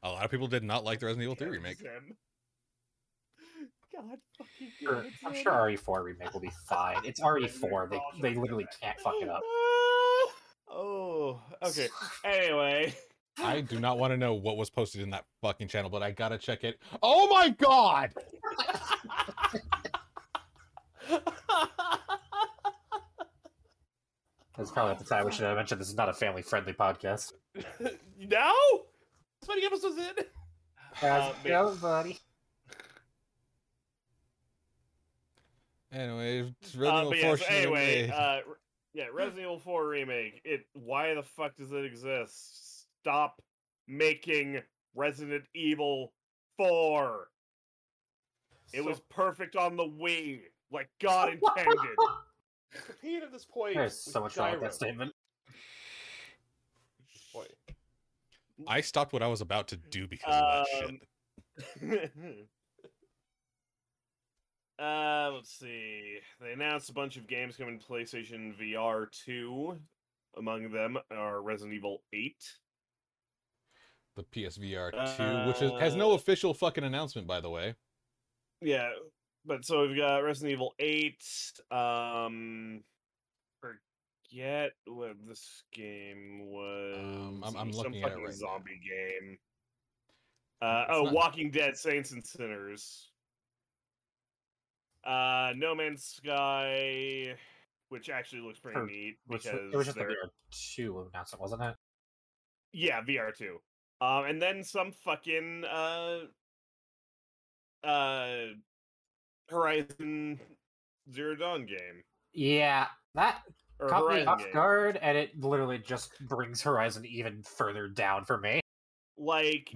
Speaker 3: A lot of people did not like the Resident Evil 3 remake.
Speaker 2: Zen. God fucking
Speaker 1: Sure,
Speaker 2: damn it,
Speaker 1: I'm
Speaker 2: Zen.
Speaker 1: sure RE4 remake will be fine. It's RE4. They, they literally can't fuck it up.
Speaker 2: Oh, okay. Anyway,
Speaker 3: I do not want to know what was posted in that fucking channel, but I gotta check it. Oh my god!
Speaker 1: That's probably at the time we should have mentioned this is not a family friendly podcast.
Speaker 5: now? How many episodes in?
Speaker 2: Uh,
Speaker 1: How's it go, buddy?
Speaker 3: Anyway, it's
Speaker 2: uh,
Speaker 3: really
Speaker 2: but yes,
Speaker 3: unfortunate.
Speaker 2: anyway, uh, r- yeah, Resident Evil 4 remake. It why the fuck does it exist? Stop making Resident Evil 4. It was perfect on the Wii, like God intended.
Speaker 5: Pete at this point.
Speaker 1: There's so much wrong with that statement.
Speaker 5: Boy.
Speaker 3: I stopped what I was about to do because of that
Speaker 2: Um,
Speaker 3: shit.
Speaker 2: uh, let's see. They announced a bunch of games coming to PlayStation VR 2. Among them are Resident Evil 8.
Speaker 3: The PSVR 2, which is, has
Speaker 2: uh,
Speaker 3: no official fucking announcement, by the way.
Speaker 2: Yeah, but so we've got Resident Evil 8. Um, forget what this game was.
Speaker 3: Um, I'm-
Speaker 2: It
Speaker 3: I'm
Speaker 2: was
Speaker 3: looking
Speaker 2: some
Speaker 3: at it
Speaker 2: fucking
Speaker 3: right now.
Speaker 2: zombie game. Uh,
Speaker 3: It's
Speaker 2: oh,
Speaker 3: not-
Speaker 2: Walking Dead, Saints and Sinners. Uh, No Man's Sky, which actually looks pretty
Speaker 1: Or-
Speaker 2: neat
Speaker 1: Which
Speaker 2: because
Speaker 1: was- it was just the
Speaker 2: they're-
Speaker 1: VR2 announcement, wasn't it?
Speaker 2: yeah, VR two. Um, and then some fucking uh, uh, Horizon Zero Dawn game
Speaker 1: Yeah, that
Speaker 2: or
Speaker 1: caught me
Speaker 2: Horizon
Speaker 1: off
Speaker 2: game.
Speaker 1: guard, and it literally just brings Horizon even further down for me.
Speaker 2: Like,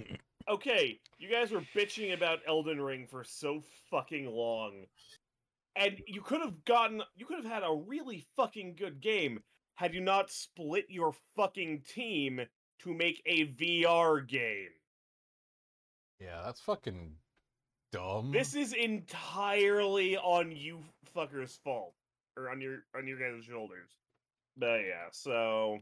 Speaker 2: okay, you guys were bitching about Elden Ring for so fucking long, and you could have gotten, you could have had a really fucking good game had you not split your fucking team to make a VR game.
Speaker 3: Yeah, that's fucking dumb.
Speaker 2: This is entirely on you fuckers' fault, or on your on your guys' shoulders. But yeah, so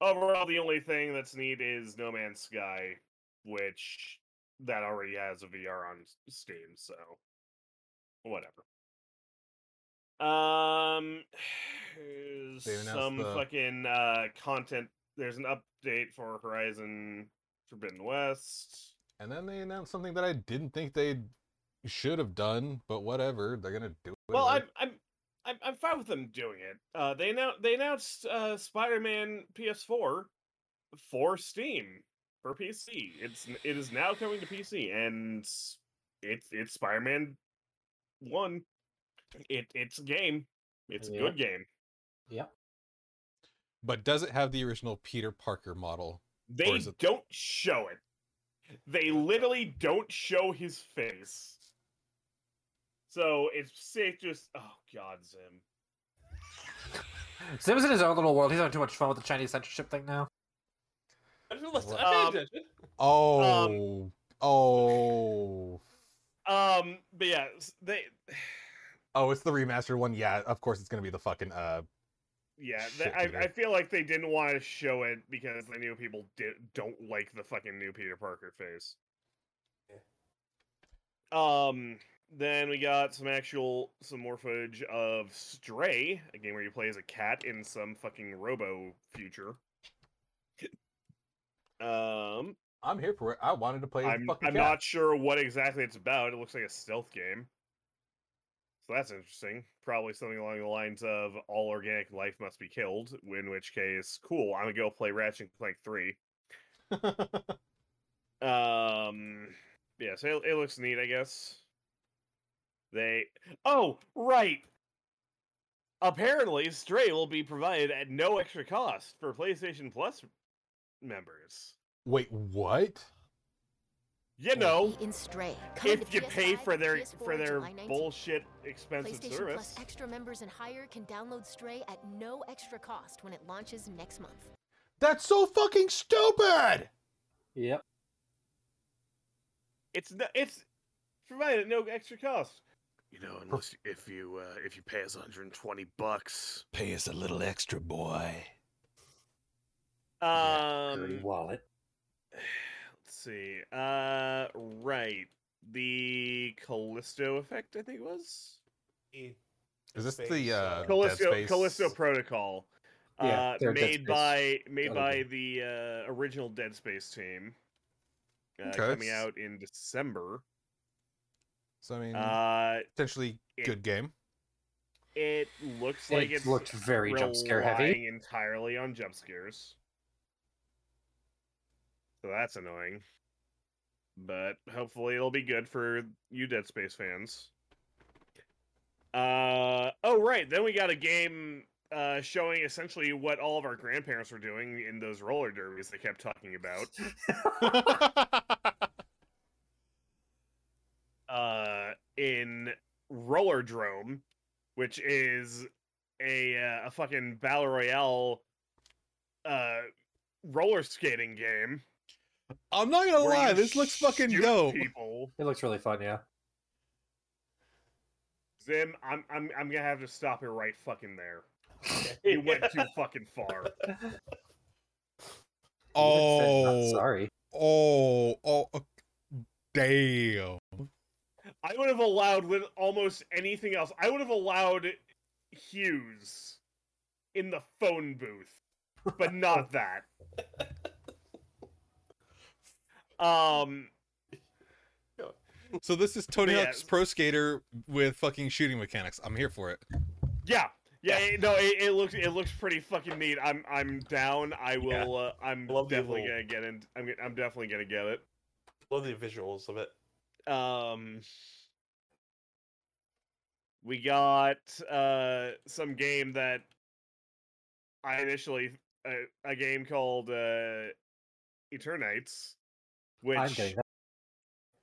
Speaker 2: overall, the only thing that's neat is No Man's Sky, which that already has a VR on s- Steam, so whatever. Um,
Speaker 3: They announced
Speaker 2: some
Speaker 3: the-
Speaker 2: fucking uh content. There's an update for Horizon Forbidden West.
Speaker 3: And then they announced something that I didn't think they should have done, but whatever. They're gonna do it.
Speaker 2: Well, I'm
Speaker 3: right?
Speaker 2: I'm I'm I'm fine with them doing it. Uh, they announced they announced uh, Spider-Man PS4 for Steam for PC. It's n- it is now coming to PC, and s- it's it's Spider-Man one. It it's a game. It's a
Speaker 1: Yeah.
Speaker 2: good game.
Speaker 1: Yep.
Speaker 3: But does it have the original Peter Parker model?
Speaker 2: They
Speaker 3: is it-
Speaker 2: don't show it. They literally don't show his face. So it's safe. Just oh god, Zim.
Speaker 1: Zim's in his own little world. He's having too much fun with the Chinese censorship thing now.
Speaker 5: I didn't listen. I
Speaker 2: Um,
Speaker 5: paid attention.
Speaker 3: Oh, oh,
Speaker 2: Um, but yeah, s- they
Speaker 3: oh! It's the remastered one. Yeah, of course it's gonna be the fucking uh.
Speaker 2: Yeah,
Speaker 3: Shit,
Speaker 2: th-
Speaker 3: dude,
Speaker 2: I,
Speaker 3: I-
Speaker 2: I feel like they didn't want to show it because they knew people di- don't like the fucking new Peter Parker face. Um, then we got some actual, some more footage of Stray, a game where you play as a cat in some fucking robo future. um,
Speaker 3: I'm here for it. I wanted to play. as a
Speaker 2: I'm,
Speaker 3: fucking
Speaker 2: I'm
Speaker 3: cat.
Speaker 2: not sure what exactly it's about. It looks like a stealth game. So that's interesting. Probably something along the lines of all organic life must be killed, in which case, cool, I'm gonna go play Ratchet and Clank 3. Um yeah, so it, it looks neat, I guess. They Oh, right. Apparently, Stray will be provided at no extra cost for PlayStation Plus members.
Speaker 3: Wait, what?
Speaker 2: You know,
Speaker 9: in Stray. Come
Speaker 2: if
Speaker 9: to
Speaker 2: you
Speaker 9: PS5,
Speaker 2: pay for their
Speaker 9: PS4,
Speaker 2: for their
Speaker 9: July 19th.
Speaker 2: bullshit expensive
Speaker 9: PlayStation
Speaker 2: service.
Speaker 9: Plus extra members and higher can download Stray at no extra cost when it launches next month.
Speaker 3: That's so fucking stupid.
Speaker 1: Yep.
Speaker 2: It's no, it's provided at no extra cost. You know, unless if you uh, if you pay us 120 bucks,
Speaker 3: Pay us a little extra, boy.
Speaker 2: Um,
Speaker 1: wallet.
Speaker 2: let's see. Uh, right. The Callisto effect, I think it was.
Speaker 5: Is
Speaker 3: Is this the uh,
Speaker 2: Callisto
Speaker 3: Dead Space?
Speaker 2: Callisto Protocol.
Speaker 1: Yeah,
Speaker 2: Uh,
Speaker 1: they're Dead
Speaker 2: made
Speaker 1: Space.
Speaker 2: by made
Speaker 1: Oh,
Speaker 2: by
Speaker 1: yeah.
Speaker 2: the uh, original Dead Space team. Uh,
Speaker 3: Okay.
Speaker 2: Coming out in December.
Speaker 3: So I mean,
Speaker 2: Uh,
Speaker 3: potentially
Speaker 2: it-
Speaker 3: good game.
Speaker 2: it looks like
Speaker 1: it
Speaker 2: it's
Speaker 1: looked very jump scare heavy.
Speaker 2: relying entirely on jump scares. So that's annoying. But hopefully it'll be good for you Dead Space fans. Uh oh right, then we got a game uh showing essentially what all of our grandparents were doing in those roller derbies they kept talking about. uh, in Rollerdrome, which is a uh, a fucking battle royale uh, roller skating game.
Speaker 3: I'm not gonna
Speaker 2: where
Speaker 3: lie,
Speaker 2: you
Speaker 3: this looks fucking
Speaker 2: shoot
Speaker 3: dope.
Speaker 2: People,
Speaker 1: It looks really fun, yeah.
Speaker 2: Zim, I'm I'm I'm gonna have to stop you right fucking there. You went too fucking far.
Speaker 1: Even said, "Not
Speaker 3: Oh,
Speaker 1: sorry.
Speaker 3: oh, oh, uh, damn.
Speaker 2: I would have allowed with almost anything else. I would have allowed Hughes in the phone booth, but not that. um,
Speaker 3: So this is Tony
Speaker 2: Yeah.
Speaker 3: Hawk's Pro Skater with fucking shooting mechanics. I'm here for it.
Speaker 2: yeah, yeah, it- no, it, it looks it looks pretty fucking neat. I'm I'm down. I will.
Speaker 5: Yeah.
Speaker 2: Uh, I'm
Speaker 5: Love the
Speaker 2: definitely
Speaker 5: little-
Speaker 2: gonna get in. I'm gonna- I'm definitely gonna get it.
Speaker 5: Love the visuals of it.
Speaker 2: Um, we got uh, some game that I initially uh, a game called uh, Eternites, which
Speaker 1: I'm getting that.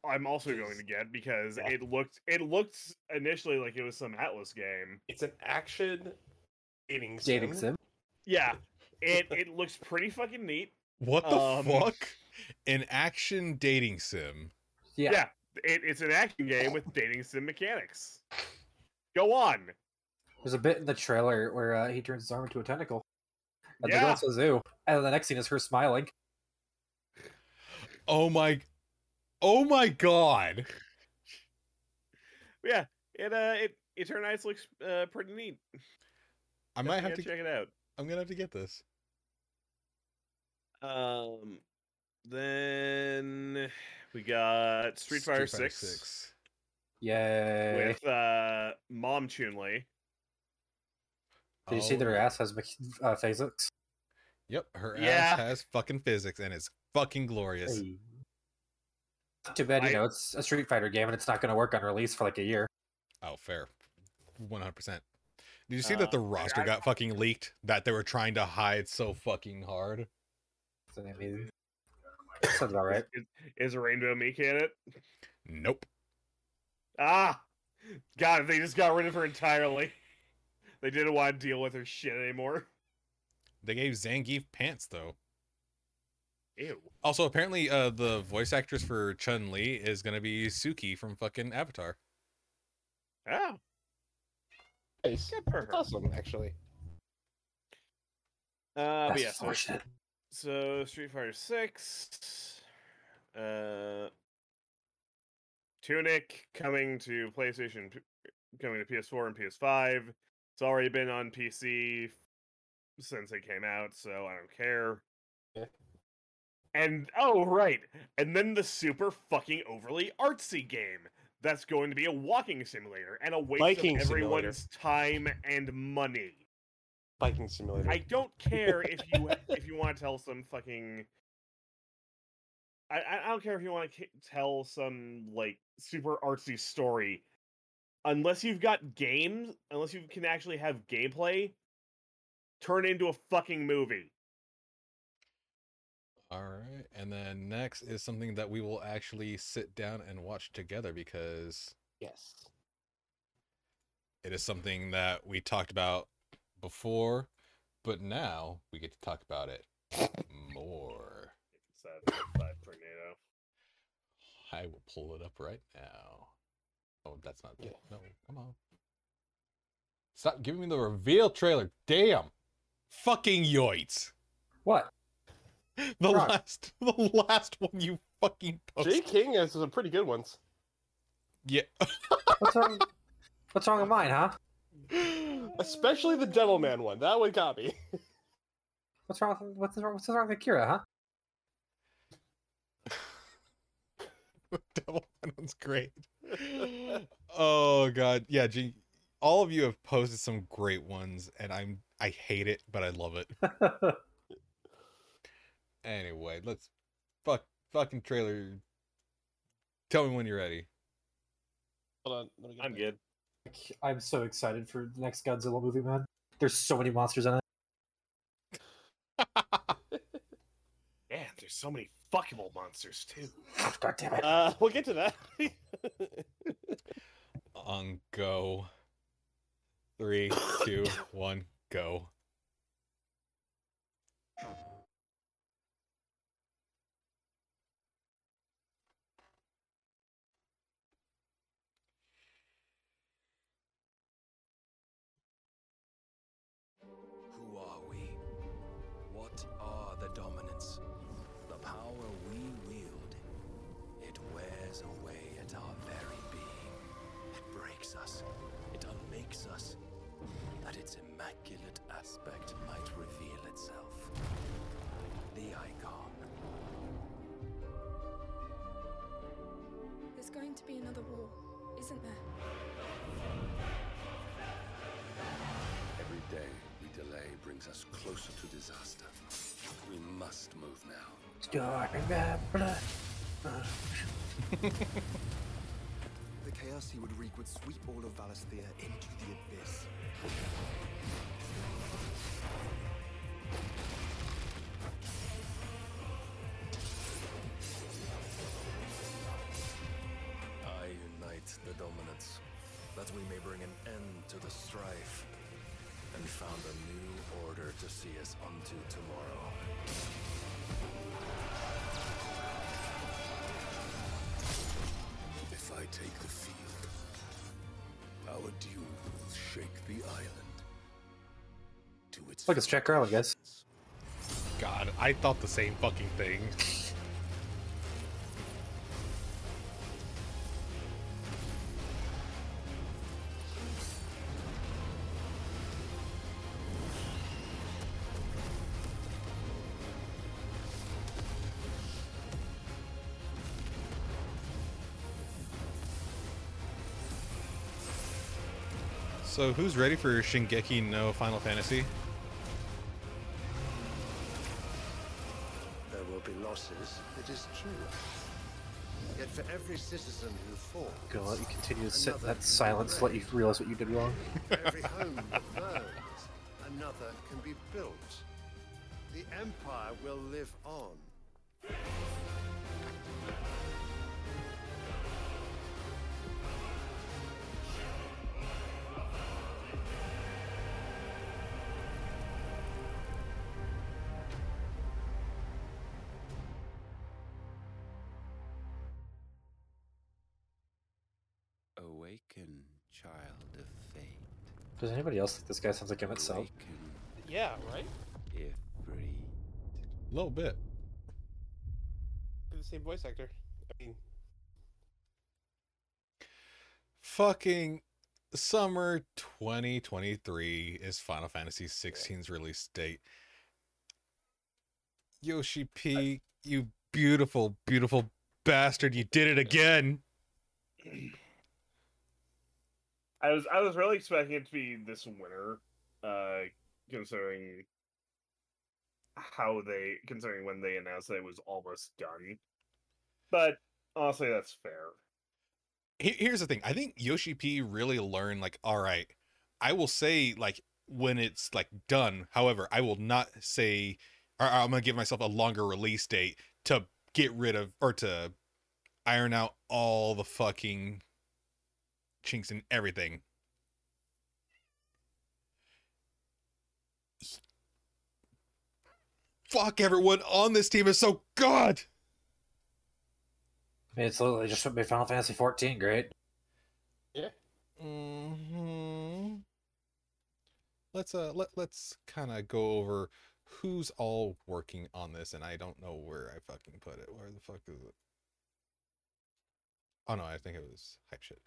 Speaker 2: I'm also going to get because
Speaker 5: Yeah.
Speaker 2: it looked it looked initially like it was some Atlas game.
Speaker 5: It's an action dating sim.
Speaker 1: Dating sim.
Speaker 2: Yeah, it it looks pretty fucking neat.
Speaker 3: What the
Speaker 2: Um,
Speaker 3: fuck? An action dating sim.
Speaker 1: Yeah.
Speaker 2: Yeah. It, it's an action game with dating sim mechanics. Go on.
Speaker 1: There's a bit in the trailer where uh, he turns his arm into a tentacle. And they
Speaker 2: Yeah.
Speaker 1: go to a zoo. And then the next scene is her smiling.
Speaker 3: Oh my, oh my god.
Speaker 2: It uh it Eternites looks uh, pretty neat.
Speaker 3: I might
Speaker 2: Definitely
Speaker 3: have to.
Speaker 2: gotta check it out.
Speaker 3: I'm gonna have to get this.
Speaker 2: Um, then we got Street Fighter Six,
Speaker 1: Yay.
Speaker 2: with uh, Mom Chun Li.
Speaker 1: Did you see that her
Speaker 3: Oh,
Speaker 1: ass has mech- uh, physics?
Speaker 3: Yep, her
Speaker 2: Yeah.
Speaker 3: ass has fucking physics, and it's fucking glorious.
Speaker 1: Hey. Too bad, you
Speaker 2: I-
Speaker 1: know, it's a Street Fighter game and it's not going to work on release for like a year.
Speaker 3: Oh, fair, one hundred percent. Did you see that
Speaker 2: Uh,
Speaker 3: the roster
Speaker 2: I-
Speaker 3: got fucking leaked? That they were trying to hide so fucking hard.
Speaker 1: So, I mean, sounds about right.
Speaker 2: Is, is Rainbow Meek in it?
Speaker 3: Nope.
Speaker 2: Ah, God! They just got rid of her entirely. They didn't want to deal with her shit anymore.
Speaker 3: They gave Zangief pants though.
Speaker 2: Ew.
Speaker 3: Also, apparently, uh, the voice actress for Chun Li is gonna be Suki from fucking Avatar.
Speaker 2: Oh,
Speaker 4: Nice.
Speaker 2: good for
Speaker 4: That's
Speaker 2: her.
Speaker 4: awesome, actually.
Speaker 2: Uh, but
Speaker 1: That's
Speaker 2: yeah, so,
Speaker 1: fortunate.
Speaker 2: so Street Fighter Six. Uh, Tunic coming to PlayStation, p- coming to PS4 and PS5. It's already been on PC since it came out, so I don't care.
Speaker 5: Yeah.
Speaker 2: And oh right, and then the super fucking overly artsy game that's going to be a walking simulator and a waste
Speaker 5: Biking
Speaker 2: of
Speaker 5: simulator.
Speaker 2: everyone's time and money.
Speaker 5: Biking simulator.
Speaker 2: I don't care if you if you want to tell some fucking. I I- I don't care if you want to tell some like super artsy story, unless you've got games, unless you can actually have gameplay, turn into a fucking movie.
Speaker 3: All right, and then next is something that we will actually sit down and watch together because
Speaker 5: yes.
Speaker 3: it is something that we talked about before, but now we get to talk about it more.
Speaker 2: It's a five tornado.
Speaker 3: I will pull it up right now. Oh, that's not.
Speaker 5: Yeah.
Speaker 3: No, come on. Stop giving me the reveal trailer. Damn. Fucking yoits.
Speaker 1: What?
Speaker 3: The
Speaker 1: Rock.
Speaker 3: last, the last one you fucking posted.
Speaker 5: J. King has some pretty good ones.
Speaker 3: Yeah,
Speaker 1: What's wrong? What's wrong with mine, huh?
Speaker 5: Especially the Gentleman one. That one got me.
Speaker 1: What's wrong? With, what's wrong? What's wrong with Akira, huh?
Speaker 3: Devil Man one's great. oh god, yeah. G- all of you have posted some great ones, and I'm I hate it, but I love it. Anyway, let's fuck fucking trailer. Tell me when you're ready.
Speaker 5: Hold on. Let me get
Speaker 2: I'm
Speaker 5: that.
Speaker 2: good.
Speaker 1: Like, I'm so excited for the next Godzilla movie, man. There's so many monsters in it.
Speaker 2: Man, there's so many fuckable monsters too.
Speaker 1: God damn it!
Speaker 5: Uh, we'll get to that.
Speaker 3: On go. Three, two, one, go.
Speaker 10: Who are we? What are the dominants? The power we wield, it wears away at our very being. It breaks us. It unmakes us. That its immaculate aspect might reveal itself. The icon.
Speaker 11: There's going to be another war, isn't there?
Speaker 8: Every day we delay brings us closer to disaster. We must move now.
Speaker 10: The chaos he would wreak would sweep all of Valisthea into the abyss.
Speaker 8: I unite the dominance, that we may bring an end to the strife, and found a new order to see us unto tomorrow. If I take the field, our duel will shake the island to its
Speaker 1: Look, it's Jack Garland, guys.
Speaker 3: God, I thought the same fucking thing. So, who's ready for Shingeki no Final Fantasy?
Speaker 8: There will be losses, it is true. Yet for every citizen who falls,
Speaker 1: Gonna let you continue to sit in
Speaker 8: another
Speaker 1: that
Speaker 8: can
Speaker 1: silence,
Speaker 8: be
Speaker 1: let you
Speaker 8: raised.
Speaker 1: realize what you did wrong.
Speaker 8: Every home that burns, another can be built. The empire will live on.
Speaker 10: Awaken, child of fate.
Speaker 1: Does anybody else think this guy sounds like Emmett Till?
Speaker 10: Awaken,
Speaker 5: Yeah, right?
Speaker 10: if free.
Speaker 3: A little bit.
Speaker 5: Be The same voice actor. I mean,
Speaker 3: fucking summer 2023 is Final Fantasy 16's release date. Yoshi P, you beautiful, beautiful bastard, you did it again.
Speaker 2: I was I was really expecting it to be this winter, uh, considering how they considering when they announced that it was almost done. But honestly, that's fair.
Speaker 3: He- Here's the thing. I think Yoshi P really learned like all right, I will say like when it's like done. However, I will not say or I'm going to give myself a longer release date to get rid of or to iron out all the fucking chinks and everything. Fuck everyone on this team is so good.
Speaker 1: I mean, it's literally just what made Final Fantasy 14 great.
Speaker 3: Mm-hmm. Let's uh let let's kind of go over who's all working on this, and I don't know where I fucking put it. Where the fuck is it? Oh no, I think it was hype shit.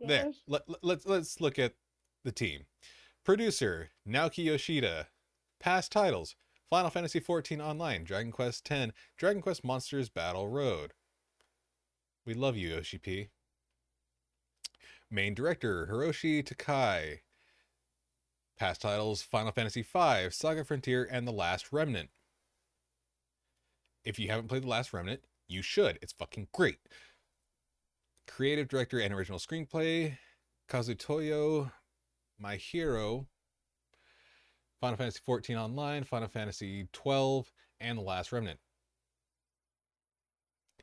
Speaker 3: There. Let, let, let's let's look at the team. Producer Naoki Yoshida. Past titles: Final Fantasy XIV Online, Dragon Quest X, Dragon Quest Monsters Battle Road. We love you, Yoshi P. Main director Hiroshi Takai. Past titles: Final Fantasy V, Saga Frontier, and The Last Remnant. If you haven't played The Last Remnant, you should. It's fucking great. Creative director and original screenplay Kazutoyo My Hero, Final Fantasy XIV Online, Final Fantasy XII, and The Last Remnant.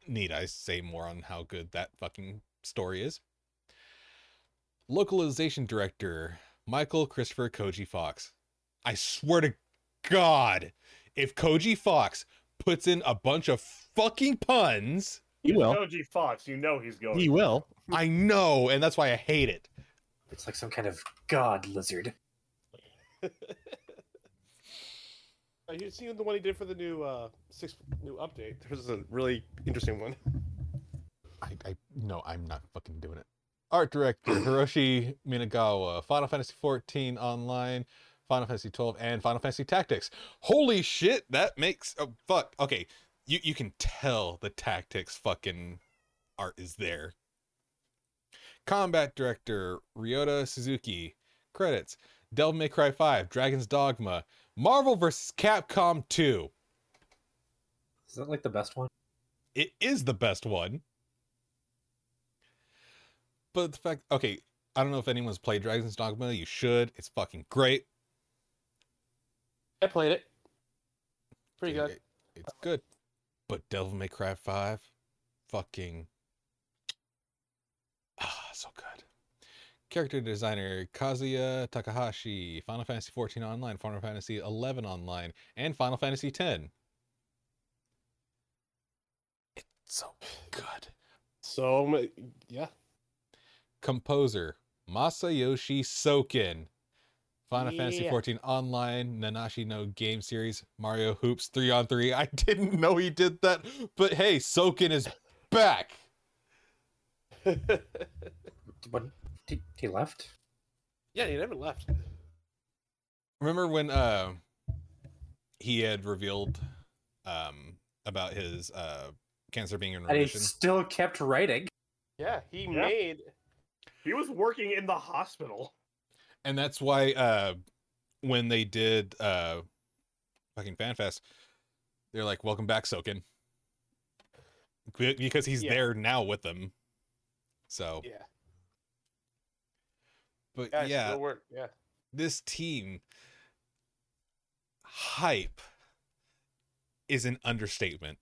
Speaker 3: Need I say more on how good that fucking story is? Localization director Michael Christopher Koji Fox. I swear to God, if Koji Fox puts in a bunch of fucking puns,
Speaker 2: It's Koji Fox, you know he's going.
Speaker 3: He
Speaker 4: Oh,
Speaker 3: will. I know, and that's why I hate it.
Speaker 1: It's like some kind of god lizard.
Speaker 5: Are you seeing the one he did for the new uh six new update?
Speaker 4: There's a really interesting one.
Speaker 3: I, I no, I'm not fucking doing it. Art director Hiroshi Minagawa, Final Fantasy XIV Online, Final Fantasy XII, and Final Fantasy Tactics. Holy shit, that makes oh fuck. Okay, you you can tell the tactics fucking art is there. Combat director Ryota Suzuki. Credits: Devil May Cry 5, Dragon's Dogma, Marvel vs. Capcom 2.
Speaker 1: Is that like the best one?
Speaker 3: It is the best one. But the fact, okay, I don't know if anyone's played Dragon's Dogma. You should. It's fucking great.
Speaker 5: I played it. Pretty good.
Speaker 3: It- it's good. But Devil May Cry 5, fucking. Ah, so good. Character designer Kazuya Takahashi, Final Fantasy XIV Online, Final Fantasy XI Online, and Final Fantasy X. It's so good.
Speaker 5: So ma- yeah.
Speaker 3: composer Masayoshi Soken. Final Fantasy
Speaker 5: Yeah.
Speaker 3: XIV Online, Nanashi no Game Series, Mario Hoops 3 on 3. I didn't know he did that, but hey, Soken is back.
Speaker 1: What? He, he left?
Speaker 5: Yeah, he never left.
Speaker 3: Remember when uh he had revealed um about his uh cancer being in
Speaker 1: And he
Speaker 3: remission?
Speaker 1: still kept writing.
Speaker 5: Yeah, he
Speaker 2: Yeah.
Speaker 5: made
Speaker 2: He was working in the hospital.
Speaker 3: and that's why uh when they did uh fucking fanfest they're like welcome back soken Be- because he's
Speaker 5: Yeah.
Speaker 3: there now with them so
Speaker 5: yeah.
Speaker 3: but
Speaker 5: Yeah,
Speaker 3: yeah,
Speaker 5: it still worked. Yeah.
Speaker 3: this team hype is an understatement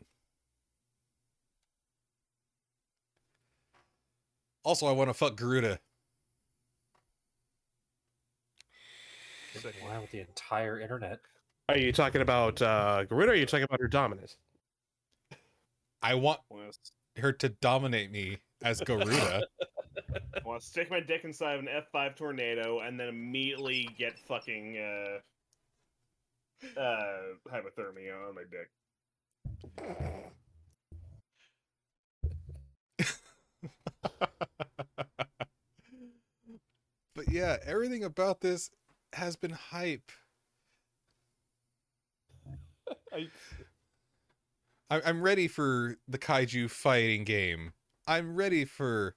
Speaker 3: also i want to fuck garuda
Speaker 1: Wow, with the entire internet.
Speaker 4: Are you talking about uh, Garuda? Or are you talking about her dominant?
Speaker 3: i want her to dominate me as garuda
Speaker 2: I want to stick my dick inside of an F5 tornado and then immediately get fucking uh, uh, hypothermia on my dick.
Speaker 3: but yeah, everything about this has been hype.
Speaker 5: I-
Speaker 3: I- I'm ready for the kaiju fighting game. I'm ready for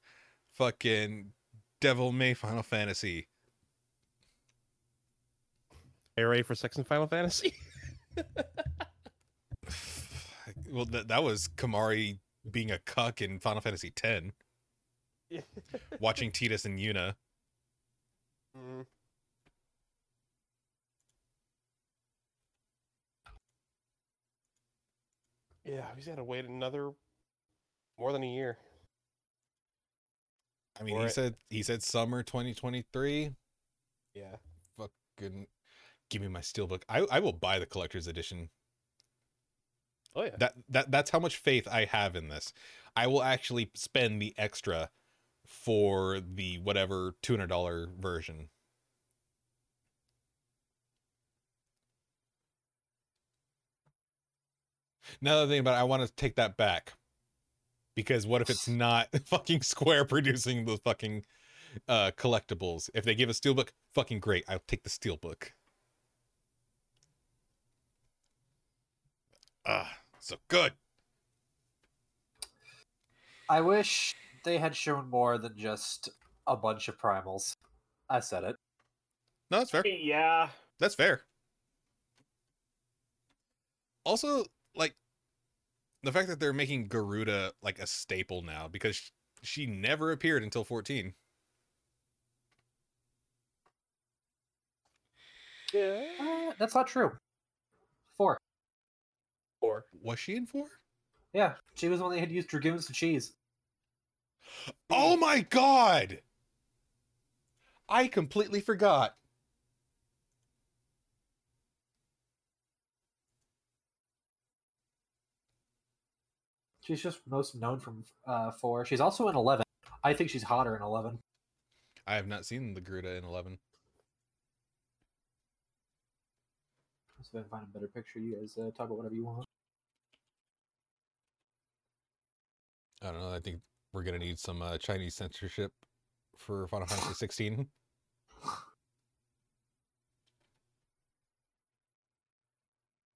Speaker 3: fucking Devil May Final Fantasy.
Speaker 4: Are you ready for sex in Final Fantasy?
Speaker 3: Well, that that was Kamari being a cuck in Final Fantasy X, watching Titus and Yuna.
Speaker 5: Mm. Yeah, he's got to wait another more than a year.
Speaker 3: I mean,
Speaker 5: Or
Speaker 3: he
Speaker 5: it-
Speaker 3: said he said summer 2023.
Speaker 5: Yeah.
Speaker 3: Fucking give me my steelbook. I I will buy the collector's edition.
Speaker 5: Oh yeah.
Speaker 3: that that that's how much faith I have in this. I will actually spend the extra for the whatever two hundred dollar version. Now that I think about it, I want to take that back. Because what if it's not fucking Square producing the fucking uh collectibles? If they give a steelbook, fucking great. I'll take the steelbook. Ah, so good.
Speaker 1: I wish they had shown more than just a bunch of primals. I said it.
Speaker 3: No, that's fair.
Speaker 2: Yeah.
Speaker 3: That's fair. Also, like the fact that they're making Garuda like a staple now because sh- she never appeared until 14.
Speaker 5: Yeah.
Speaker 1: Eh, that's not true. Four.
Speaker 5: Or
Speaker 3: Was she in 4?
Speaker 1: Yeah, she was the one they had used Dragoons to cheese.
Speaker 3: Oh my god! I completely forgot.
Speaker 1: She's just most known from uh, four. She's also in eleven. I think she's hotter in eleven.
Speaker 3: I have not seen the Garuda in 11.
Speaker 1: So if I can find a better picture, you guys uh, talk about whatever you want.
Speaker 3: I don't know. I think we're gonna need some uh, Chinese censorship for Final Fantasy 16.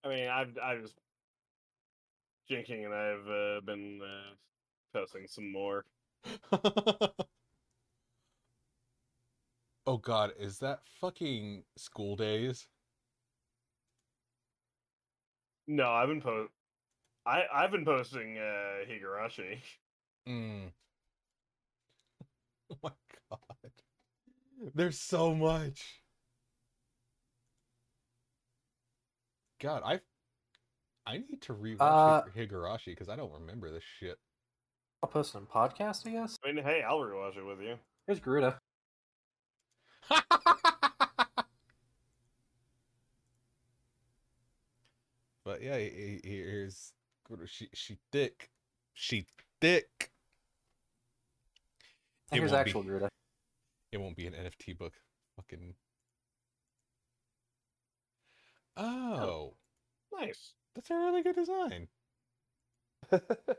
Speaker 2: I mean, I've I've just Jinking and I've uh, been uh, posting some more.
Speaker 3: oh god, is that fucking school days?
Speaker 2: No, I've been post. I I've been posting uh, Higurashi.
Speaker 3: Mm. Oh my god. There's so much. God, I I need to rewatch
Speaker 1: Uh,
Speaker 3: Hig- Higurashi because I don't remember this shit.
Speaker 1: I'll post it on podcast, I guess.
Speaker 2: I mean, hey, I'll rewatch it with you.
Speaker 1: Here's Garuda.
Speaker 3: But yeah, he- he- here's she she thick. She thick.
Speaker 1: And here's
Speaker 3: won't be-
Speaker 1: actual Garuda.
Speaker 3: It won't be an NFT book. Fucking. Oh,
Speaker 2: Nice.
Speaker 3: that's a really good design.
Speaker 1: It's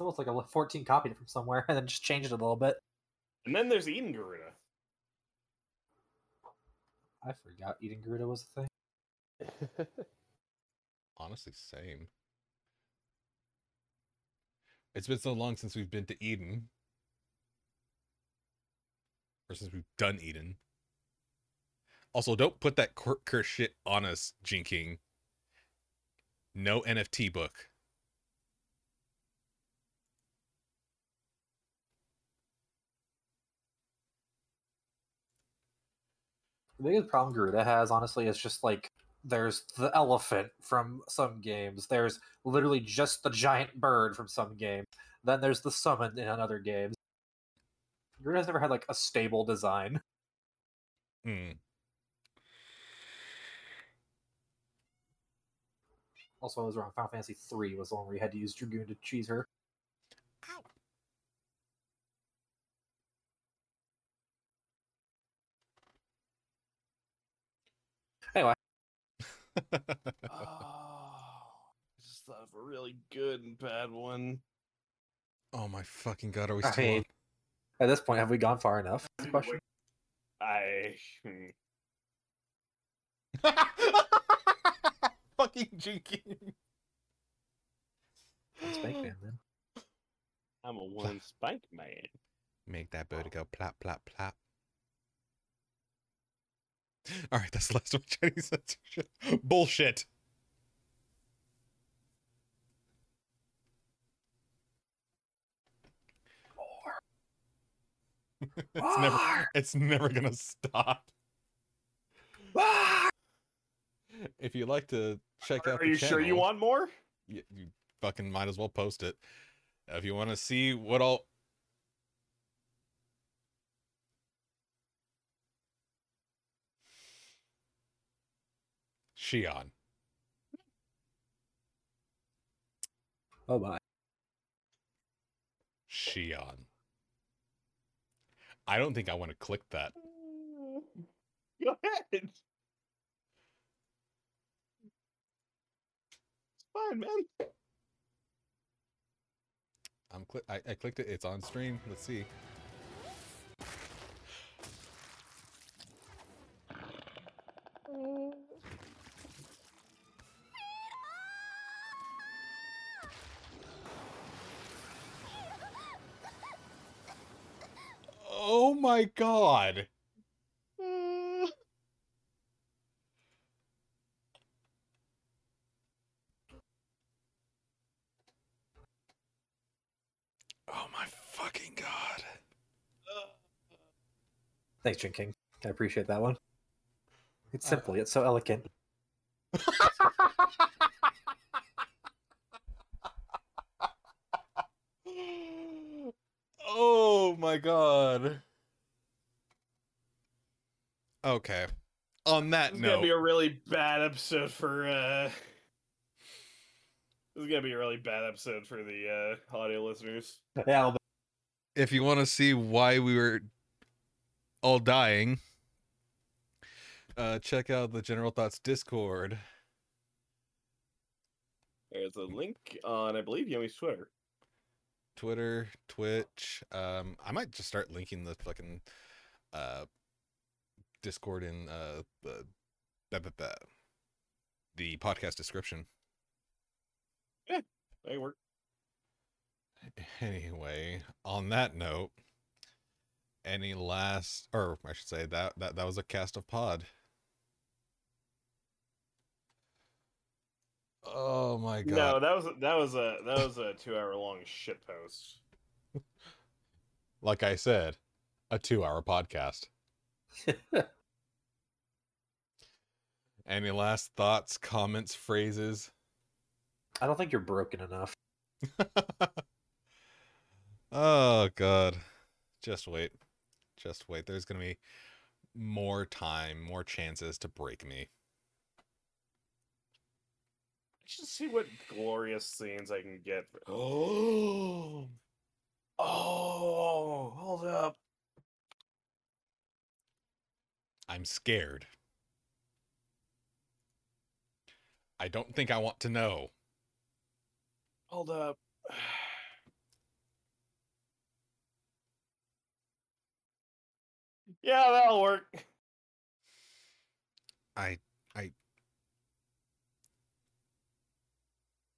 Speaker 1: almost like a 14 copied it from somewhere and then just changed it a little bit.
Speaker 2: And then there's Eden Garuda.
Speaker 1: I forgot eating Garuda was a thing.
Speaker 3: Honestly, same. It's been so long since we've been to Eden. Or since we've done Eden. Also, don't put that cur- curse shit on us, Jinking. No NFT book.
Speaker 1: The biggest problem Garuda has, honestly, is just like there's the elephant from some games. There's literally just the giant bird from some games. Then there's the summon in another game. Garuda's never had like a stable design.
Speaker 3: Mm.
Speaker 1: Also, I was wrong. Final Fantasy III was the one where you had to use Dragoon to cheese her.
Speaker 2: oh, just thought of a really good and bad one.
Speaker 3: oh my fucking god, are we
Speaker 1: I
Speaker 3: still
Speaker 1: mean,
Speaker 3: on?
Speaker 1: At this point, have we gone far enough? That's the Question.
Speaker 2: I hmm.
Speaker 3: fucking Jinking.
Speaker 1: That's Bank Man, then.
Speaker 2: I'm a one spike man.
Speaker 3: Make that bird go plop, plop, plop. All right, that's the last of my Chinese censorship. Bullshit. it's never it's never gonna stop. If you'd like to check out
Speaker 2: Are
Speaker 3: the
Speaker 2: you sure you
Speaker 3: channel-
Speaker 2: want more?
Speaker 3: you, you fucking might as well post it if you want to see what all Shion.
Speaker 1: Oh my.
Speaker 3: Shion. I don't think I want to click that.
Speaker 2: Go ahead.
Speaker 5: Fine, man.
Speaker 3: I'm cli- I, I clicked it. It's on stream. Let's see. Oh my god.
Speaker 2: Mm.
Speaker 3: Oh my fucking god.
Speaker 1: Thanks, Jin King. I appreciate that one. It's simple yet so elegant.
Speaker 3: Oh my god. Okay. On that
Speaker 2: This is gonna be
Speaker 3: note,
Speaker 2: a really bad episode for. uh This is gonna be a really bad episode for the uh audio listeners.
Speaker 1: Yeah,
Speaker 3: if you want to see why we were all dying, uh, check out the General Thoughts Discord.
Speaker 2: There's a link on, I believe, Yomi's Twitter.
Speaker 3: Twitter, Twitch. Um, I might just start linking the fucking uh Discord in uh the the, the, the, the podcast description.
Speaker 2: They work.
Speaker 3: Anyway, on that note, any last or I should say that that that was a cast of pod. Oh my god.
Speaker 2: No, that was that was a that was a two hour long shit post.
Speaker 3: like I said, a two hour podcast. Any last thoughts, comments, phrases?
Speaker 1: I don't think you're broken enough.
Speaker 3: Oh, God. Just wait. Just wait. There's going to be more time, more chances to break me.
Speaker 2: I should see what glorious scenes I can get. Oh, oh, hold up.
Speaker 3: I'm scared. I don't think I want to know.
Speaker 2: Hold up. Yeah, that'll work.
Speaker 3: I I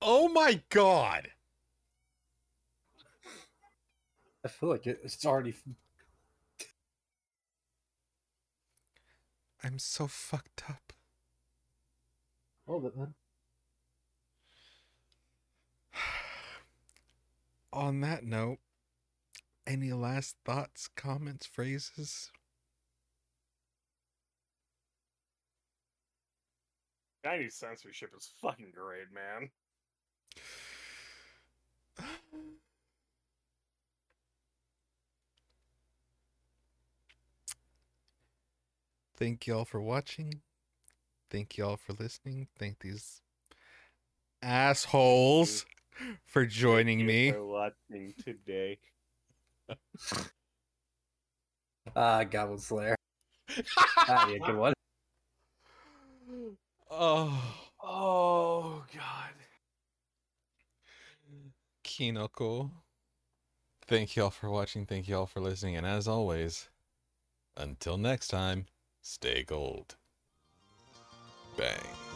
Speaker 3: Oh my god.
Speaker 1: I feel like it, it's already.
Speaker 3: I'm so fucked up.
Speaker 1: A little bit, man.
Speaker 3: On that note, any last thoughts, comments, phrases?
Speaker 2: Chinese censorship is fucking great, man.
Speaker 3: Thank y'all for watching. Thank y'all for listening. Thank these assholes for joining me.
Speaker 2: For watching today.
Speaker 1: Ah, Goblin Slayer. That'd be a good one.
Speaker 3: Oh,
Speaker 2: Oh God.
Speaker 3: Kinoko. Thank y'all for watching. Thank y'all for listening. And as always, until next time, stay gold. Bang.